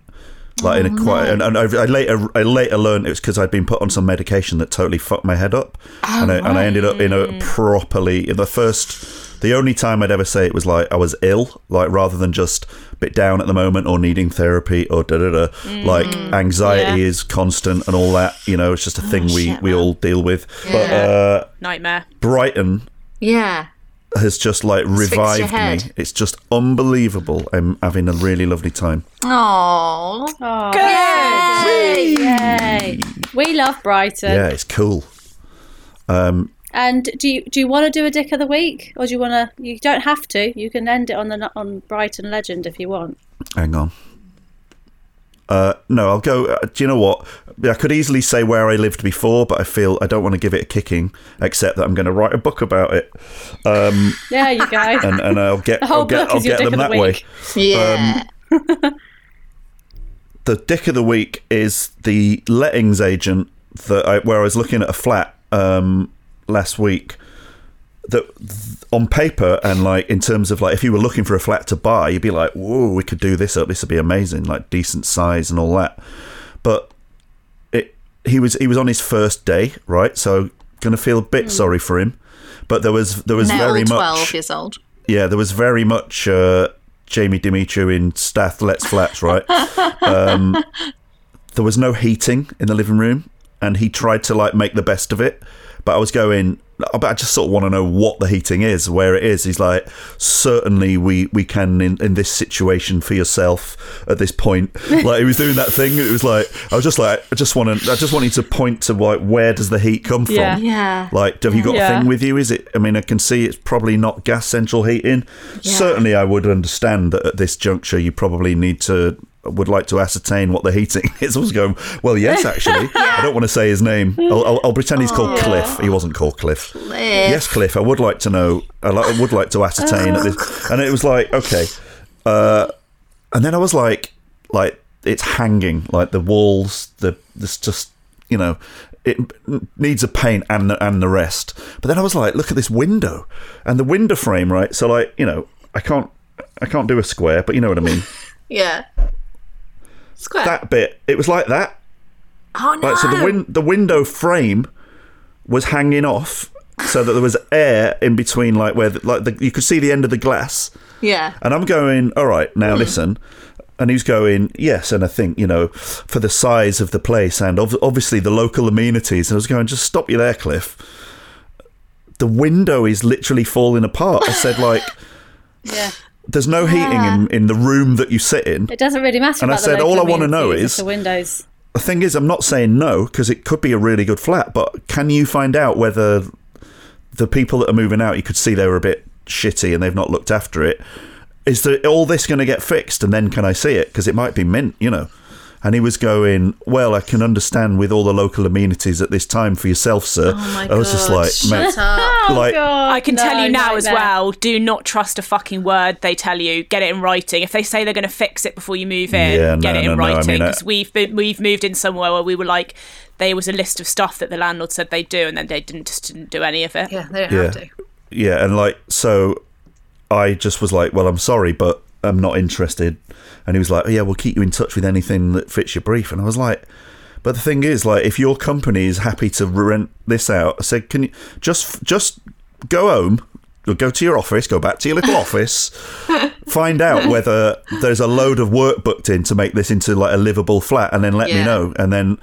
Speaker 4: Like in
Speaker 2: Oh,
Speaker 4: a quite, and, and I I later I later learned it was because I'd been put on some medication that totally fucked my head up,
Speaker 2: Oh,
Speaker 4: and I, and I ended up in a properly in the first, the only time I'd ever say it was like I was ill, like rather than just a bit down at the moment or needing therapy or da da da. Like
Speaker 2: Mm.
Speaker 4: anxiety
Speaker 5: Yeah.
Speaker 4: is constant and all that, you know, it's just a thing we
Speaker 2: Oh, shit,
Speaker 4: we
Speaker 2: man.
Speaker 4: all deal with. But uh,
Speaker 1: nightmare?
Speaker 4: Brighton
Speaker 2: yeah.
Speaker 4: has just like
Speaker 2: your
Speaker 4: revived me.
Speaker 2: head.
Speaker 4: It's just unbelievable. I'm having a really lovely time.
Speaker 2: Oh,
Speaker 5: Oh,
Speaker 2: yay!
Speaker 5: yay. We love Brighton.
Speaker 4: Yeah, it's cool.
Speaker 5: And do you do you want to do a dick of the week, or do you want to? You don't have to. You can end it on the on Brighton legend if you want.
Speaker 4: Hang on. Uh, no, I'll go. Uh, do you know what? I could easily say where I lived before, but I feel I don't want to give it a kicking, except that I'm going to write a book about it,
Speaker 5: There you go.
Speaker 4: and, and I'll get
Speaker 5: whole
Speaker 4: I'll get,
Speaker 5: book
Speaker 4: I'll
Speaker 5: is your
Speaker 4: get
Speaker 5: dick
Speaker 4: them
Speaker 5: of
Speaker 4: that
Speaker 5: the
Speaker 4: way.
Speaker 5: week.
Speaker 2: Yeah.
Speaker 4: the dick of the week is the lettings agent that I, where I was looking at a flat um, last week. That th- on paper and like in terms of like if you were looking for a flat to buy, you'd be like, "Whoa, we could do this up. This would be amazing, like decent size and all that." But it he was he was on his first day, right? So gonna feel a bit sorry for him. But there was there was
Speaker 2: Hmm. Now
Speaker 4: very
Speaker 2: twelve
Speaker 4: much
Speaker 2: years old.
Speaker 4: yeah, there was very much uh, Jamie Dimitri in Stath Let's Flats, right? um, there was no heating in the living room, and he tried to like make the best of it. But I was going, "Oh, but I just sort of want to know what the heating is, where it is. He's like, certainly we we can in, in this situation for yourself at this point. Like he was doing that thing. It was like I was just like I just want to I just want you to point to like where does the heat come from?
Speaker 5: Yeah.
Speaker 2: Yeah.
Speaker 4: Like, have you got
Speaker 5: Yeah.
Speaker 4: a thing with you? Is it? I mean, I can see it's probably not gas central heating. Certainly, I would understand that at this juncture, you probably need to would like to ascertain what the heating is. I was going, well, yes, actually. I don't want to say his name. I'll, I'll, I'll pretend he's called Cliff. He wasn't called Cliff. Yes, Cliff. I would like to know. I, li- I would like to ascertain at this. And it was like, okay. Uh, and then I was like, like it's hanging like the walls. The this just you know it n- needs a paint and the, and the rest. But then I was like, look at this window and the window frame, right? So like you know I can't I can't do a square, but you know what I mean.
Speaker 2: Yeah. Square.
Speaker 4: that bit it was like that.
Speaker 2: oh no.
Speaker 4: Right, so the win- the window frame was hanging off, so that there was air in between, like where the, like the, you could see the end of the glass.
Speaker 2: yeah.
Speaker 4: And I'm going, all right, now listen. And he's going, yes. And I think you know, for the size of the place and ob- obviously the local amenities. And I was going, just stop you there, Cliff. The window is literally falling apart. I said, like,
Speaker 3: Yeah.
Speaker 4: there's no heating in, in the room that you sit in.
Speaker 3: It doesn't really matter.
Speaker 4: And I
Speaker 3: about the
Speaker 4: said,
Speaker 3: local
Speaker 4: all I wanna know
Speaker 3: amenities if
Speaker 4: is-
Speaker 3: the windows.
Speaker 4: the thing is, I'm not saying no because it could be a really good flat, but can you find out whether the people that are moving out, you could see they were a bit shitty and they've not looked after it? Is there, all this going to get fixed and then can I see it? Because it might be mint, you know. And he was going, Well, I can understand with all the local amenities at this time for yourself, sir. I was just like, Mate,
Speaker 2: Oh,
Speaker 4: like,
Speaker 1: I can tell
Speaker 3: No,
Speaker 1: you now as
Speaker 3: nightmare.
Speaker 1: well. Do not trust a fucking word they tell you. Get it in writing. If they say they're going to fix it before you move in,
Speaker 4: Yeah,
Speaker 1: get
Speaker 4: no,
Speaker 1: it
Speaker 4: no,
Speaker 1: in
Speaker 4: no, I
Speaker 1: writing.
Speaker 4: mean, uh, I-
Speaker 1: 'Cause we've been, we've moved in somewhere where we were like, there was a list of stuff that the landlord said they do, and then they didn't just didn't do any of it.
Speaker 2: Yeah, they don't
Speaker 4: yeah.
Speaker 2: have to.
Speaker 4: Yeah, and like so I just was like, Well, I'm sorry, but I'm not interested and he was like, Oh yeah, we'll keep you in touch with anything that fits your brief and I was like But the thing is, like, if your company is happy to rent this out, I said, Can you just just go home or go to your office, go back to your little office, find out whether there's a load of work booked in to make this into like a livable flat and then let me
Speaker 2: Yeah.
Speaker 4: know and then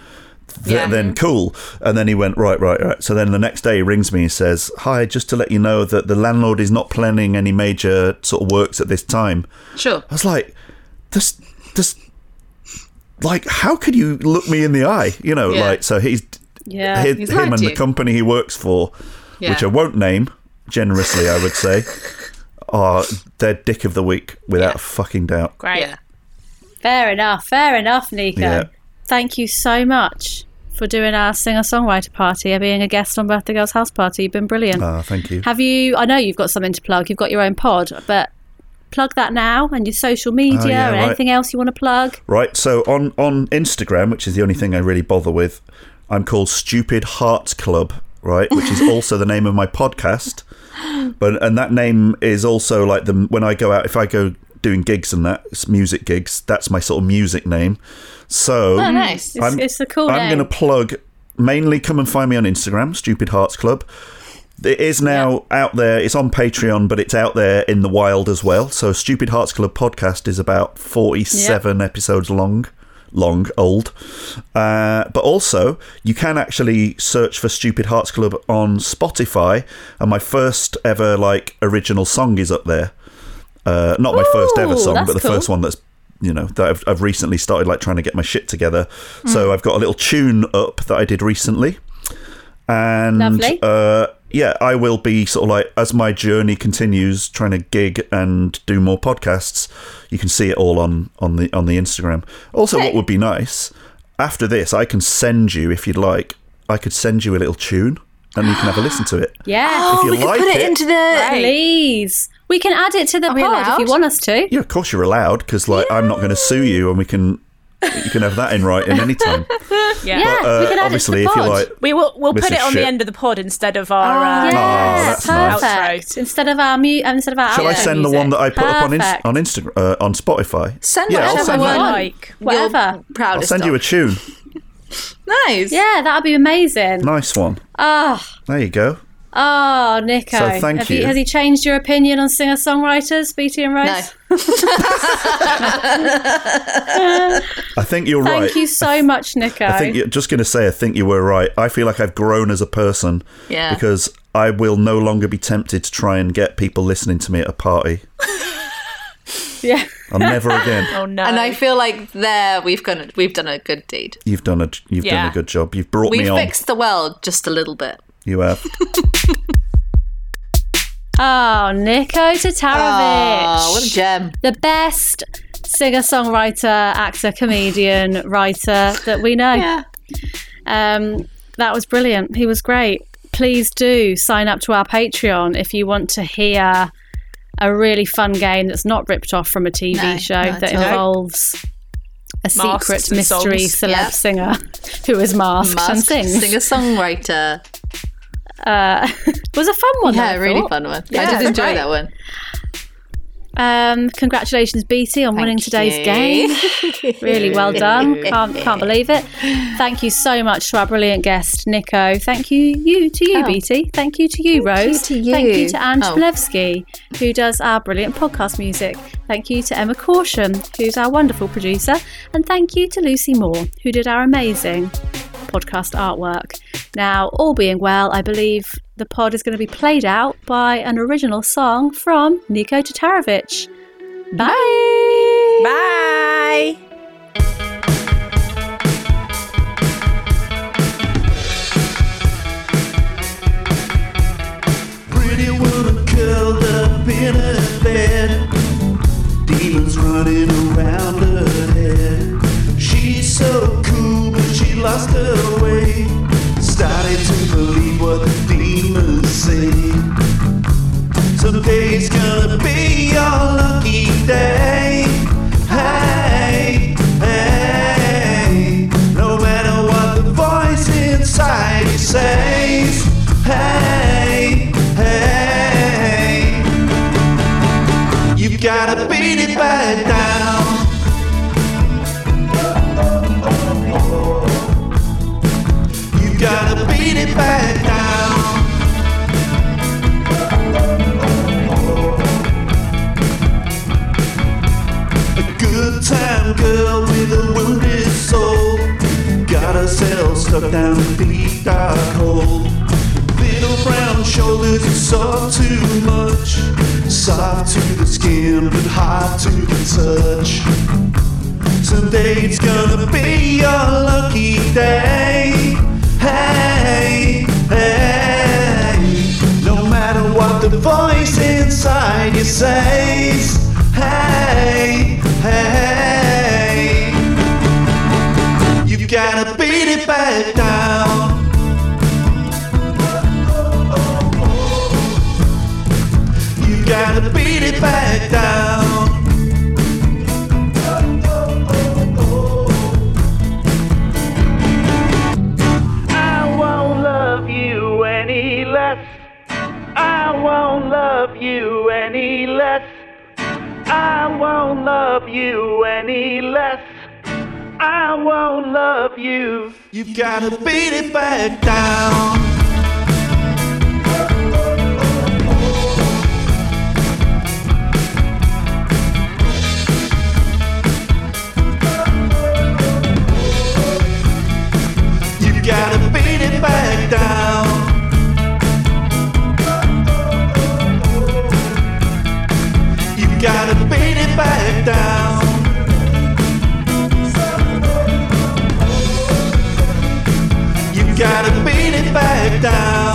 Speaker 4: th-
Speaker 2: Yeah.
Speaker 4: then cool. And then he went, right, right, right. So then the next day he rings me and says, hi, just to let you know that the landlord is not planning any major sort of works at this time.
Speaker 2: Sure.
Speaker 4: I was like, this, this, like, how could you look me in the eye? You know,
Speaker 2: Yeah. Uh,
Speaker 4: like, so he's,
Speaker 3: Yeah.
Speaker 4: hi-
Speaker 2: he's
Speaker 4: him
Speaker 2: lied
Speaker 4: and
Speaker 2: to
Speaker 4: the
Speaker 2: you.
Speaker 4: company he works for,
Speaker 2: Yeah.
Speaker 4: which I won't name generously, I would say, are their dick of the week without a fucking doubt.
Speaker 1: Great.
Speaker 2: Yeah.
Speaker 3: Fair enough. Fair enough, Nico.
Speaker 4: Yeah.
Speaker 3: Thank you so much for doing our singer songwriter party and being a guest on Birthday Girls House Party. You've been brilliant.
Speaker 4: Ah, thank you.
Speaker 3: Have you? I know you've got something to plug. You've got your own pod, but plug that now and your social media
Speaker 4: yeah,
Speaker 3: and
Speaker 4: right.
Speaker 3: anything else you want to plug.
Speaker 4: Right, so on on Instagram, which is the only thing I really bother with, I'm called Stupid Hearts Club, right, which is also the name of my podcast. But and that name is also like the when I go out, if I go doing gigs and that it's music gigs, that's my sort of music name. So
Speaker 2: Oh, nice.
Speaker 3: It's, it's a cool
Speaker 4: I'm
Speaker 3: name.
Speaker 4: going to plug mainly come and find me on Instagram, Stupid Hearts Club. It is now out there. It's on Patreon, but it's out there in the wild as well. So, Stupid Hearts Club podcast is about 47 episodes long, long, old. Uh, but also, you can actually search for Stupid Hearts Club on Spotify, and my first ever like original song is up there. Uh, not my first ever
Speaker 3: Ooh,
Speaker 4: song,
Speaker 3: that's
Speaker 4: but the
Speaker 3: cool.
Speaker 4: first one that's you know that I've, I've recently started like trying to get my shit together.
Speaker 3: Hmm.
Speaker 4: So I've got a little tune up that I did recently, and
Speaker 3: Lovely.
Speaker 4: Uh, yeah, I will be sort of like as my journey continues, trying to gig and do more podcasts. You can see it all on on the on the Instagram. Also, what would be nice after this, I can send you if you'd like. I could send you a little tune, and you can have a listen to it.
Speaker 3: yeah,
Speaker 4: If
Speaker 2: Oh,
Speaker 4: you
Speaker 2: we could
Speaker 4: like
Speaker 2: put it,
Speaker 4: it-
Speaker 2: into the.
Speaker 3: please. We can add it to the
Speaker 2: Oh, we
Speaker 3: pod if you
Speaker 2: allowed?
Speaker 3: want us to.
Speaker 4: Yeah, of course you're allowed because like I'm not going to sue you, and we can you can have that in writing anytime.
Speaker 1: Yeah.
Speaker 3: Yeah,
Speaker 4: Uh,
Speaker 3: we can add
Speaker 4: obviously,
Speaker 3: it to
Speaker 4: if
Speaker 3: the
Speaker 4: you
Speaker 3: pod.
Speaker 4: like,
Speaker 1: We will we'll put
Speaker 4: Mrs.
Speaker 1: it on
Speaker 4: Shit.
Speaker 1: the end of the pod instead of
Speaker 2: Oh,
Speaker 1: our uh,
Speaker 3: Yes,
Speaker 4: Oh, that's nice.
Speaker 3: perfect.
Speaker 1: Outro.
Speaker 3: Instead of our mu- instead of our
Speaker 4: shall I
Speaker 3: outro
Speaker 4: send the
Speaker 3: music.
Speaker 4: one that I put up on
Speaker 3: Perfect.
Speaker 4: Inst- on Instagram uh, on Spotify?
Speaker 2: Send
Speaker 4: yeah, I'll
Speaker 2: whatever
Speaker 4: send,
Speaker 2: one
Speaker 4: you-
Speaker 1: like.
Speaker 2: you're
Speaker 3: Whatever.
Speaker 4: I'll
Speaker 2: Proudest
Speaker 4: send you a
Speaker 2: of.
Speaker 4: tune.
Speaker 2: nice.
Speaker 3: Yeah, that'd be amazing.
Speaker 4: Nice one.
Speaker 3: Oh,
Speaker 4: There you go.
Speaker 3: oh, Nico.
Speaker 4: So thank
Speaker 3: Have
Speaker 4: you.
Speaker 3: has he changed your opinion on singer songwriters, BT and Rose?
Speaker 2: No.
Speaker 4: I think you're
Speaker 3: Thank
Speaker 4: right.
Speaker 3: you so much, Nico.
Speaker 4: I think you're just going to say. I think you were right. I feel like I've grown as a person.
Speaker 2: Yeah.
Speaker 4: Because I will no longer be tempted to try and get people listening to me at a party.
Speaker 3: yeah.
Speaker 4: I'll never again.
Speaker 1: Oh no.
Speaker 2: And I feel like there we've gone. We've done a good deed.
Speaker 4: You've done a you've done
Speaker 1: Yeah.
Speaker 4: a good job. You've brought
Speaker 2: We
Speaker 4: me on.
Speaker 2: fixed the world just a little bit.
Speaker 4: You have.
Speaker 3: Oh, Nico Tatarovich.
Speaker 2: Oh, what a gem!
Speaker 3: the best singer songwriter, actor, comedian, writer that we know.
Speaker 2: Yeah.
Speaker 3: Um, that was brilliant. He was great. Please do sign up to our Patreon if you want to hear a really fun game that's not ripped off from a TV
Speaker 2: No,
Speaker 3: show
Speaker 2: not
Speaker 3: that
Speaker 2: at all.
Speaker 3: involves a
Speaker 1: Masked
Speaker 3: secret
Speaker 1: and
Speaker 3: mystery
Speaker 1: songs.
Speaker 3: celeb
Speaker 2: Yeah.
Speaker 3: singer who is masked, and sings.
Speaker 2: singer songwriter.
Speaker 3: was a fun one.
Speaker 2: Yeah,
Speaker 3: though, I
Speaker 2: really
Speaker 3: thought.
Speaker 2: fun one.
Speaker 1: Yeah,
Speaker 2: I did enjoy
Speaker 1: great.
Speaker 2: that one.
Speaker 3: Um, congratulations, BT, on winning
Speaker 2: Thank
Speaker 3: today's
Speaker 2: you.
Speaker 3: game. Really well done. Can't, can't believe it. Thank you so much to our brilliant guest, Nico. Thank you, you to you,
Speaker 2: Oh.
Speaker 3: BT. Thank you to you, Rose.
Speaker 2: to you.
Speaker 3: Thank you to Ange
Speaker 2: Oh.
Speaker 3: Belevsky, who does our brilliant podcast music. Thank you to Emma Caution, who's our wonderful producer. And thank you to Lucy Moore, who did our amazing podcast artwork. Now, all being well, I believe the pod is going to be played out by an original song from Nico Tatarovich. Bye.
Speaker 1: Bye.
Speaker 6: Pretty woman curled up in her bed. Demons running around her head. She's so cool, but she lost her way. Started to believe what the demons say. Today's gonna be your lucky day. Hey, hey. No matter what the voice inside you says. Hey, hey. You gotta beat it back down. You gotta beat it back down. A good time girl with a wounded soul. Got herself stuck down a deep dark hole. Little brown shoulders you saw too much. Soft to the skin, but hard to the touch. Today's gonna be your lucky day. Hey, hey. No matter what the voice inside you says. Hey, hey. You gotta beat it back down. You gotta beat it back down. I won't love you any less. I won't love you any less. I won't love you any less. I won't love you. You've gotta beat it back down. You gotta beat it back down. You gotta beat it back down. You gotta beat it back down.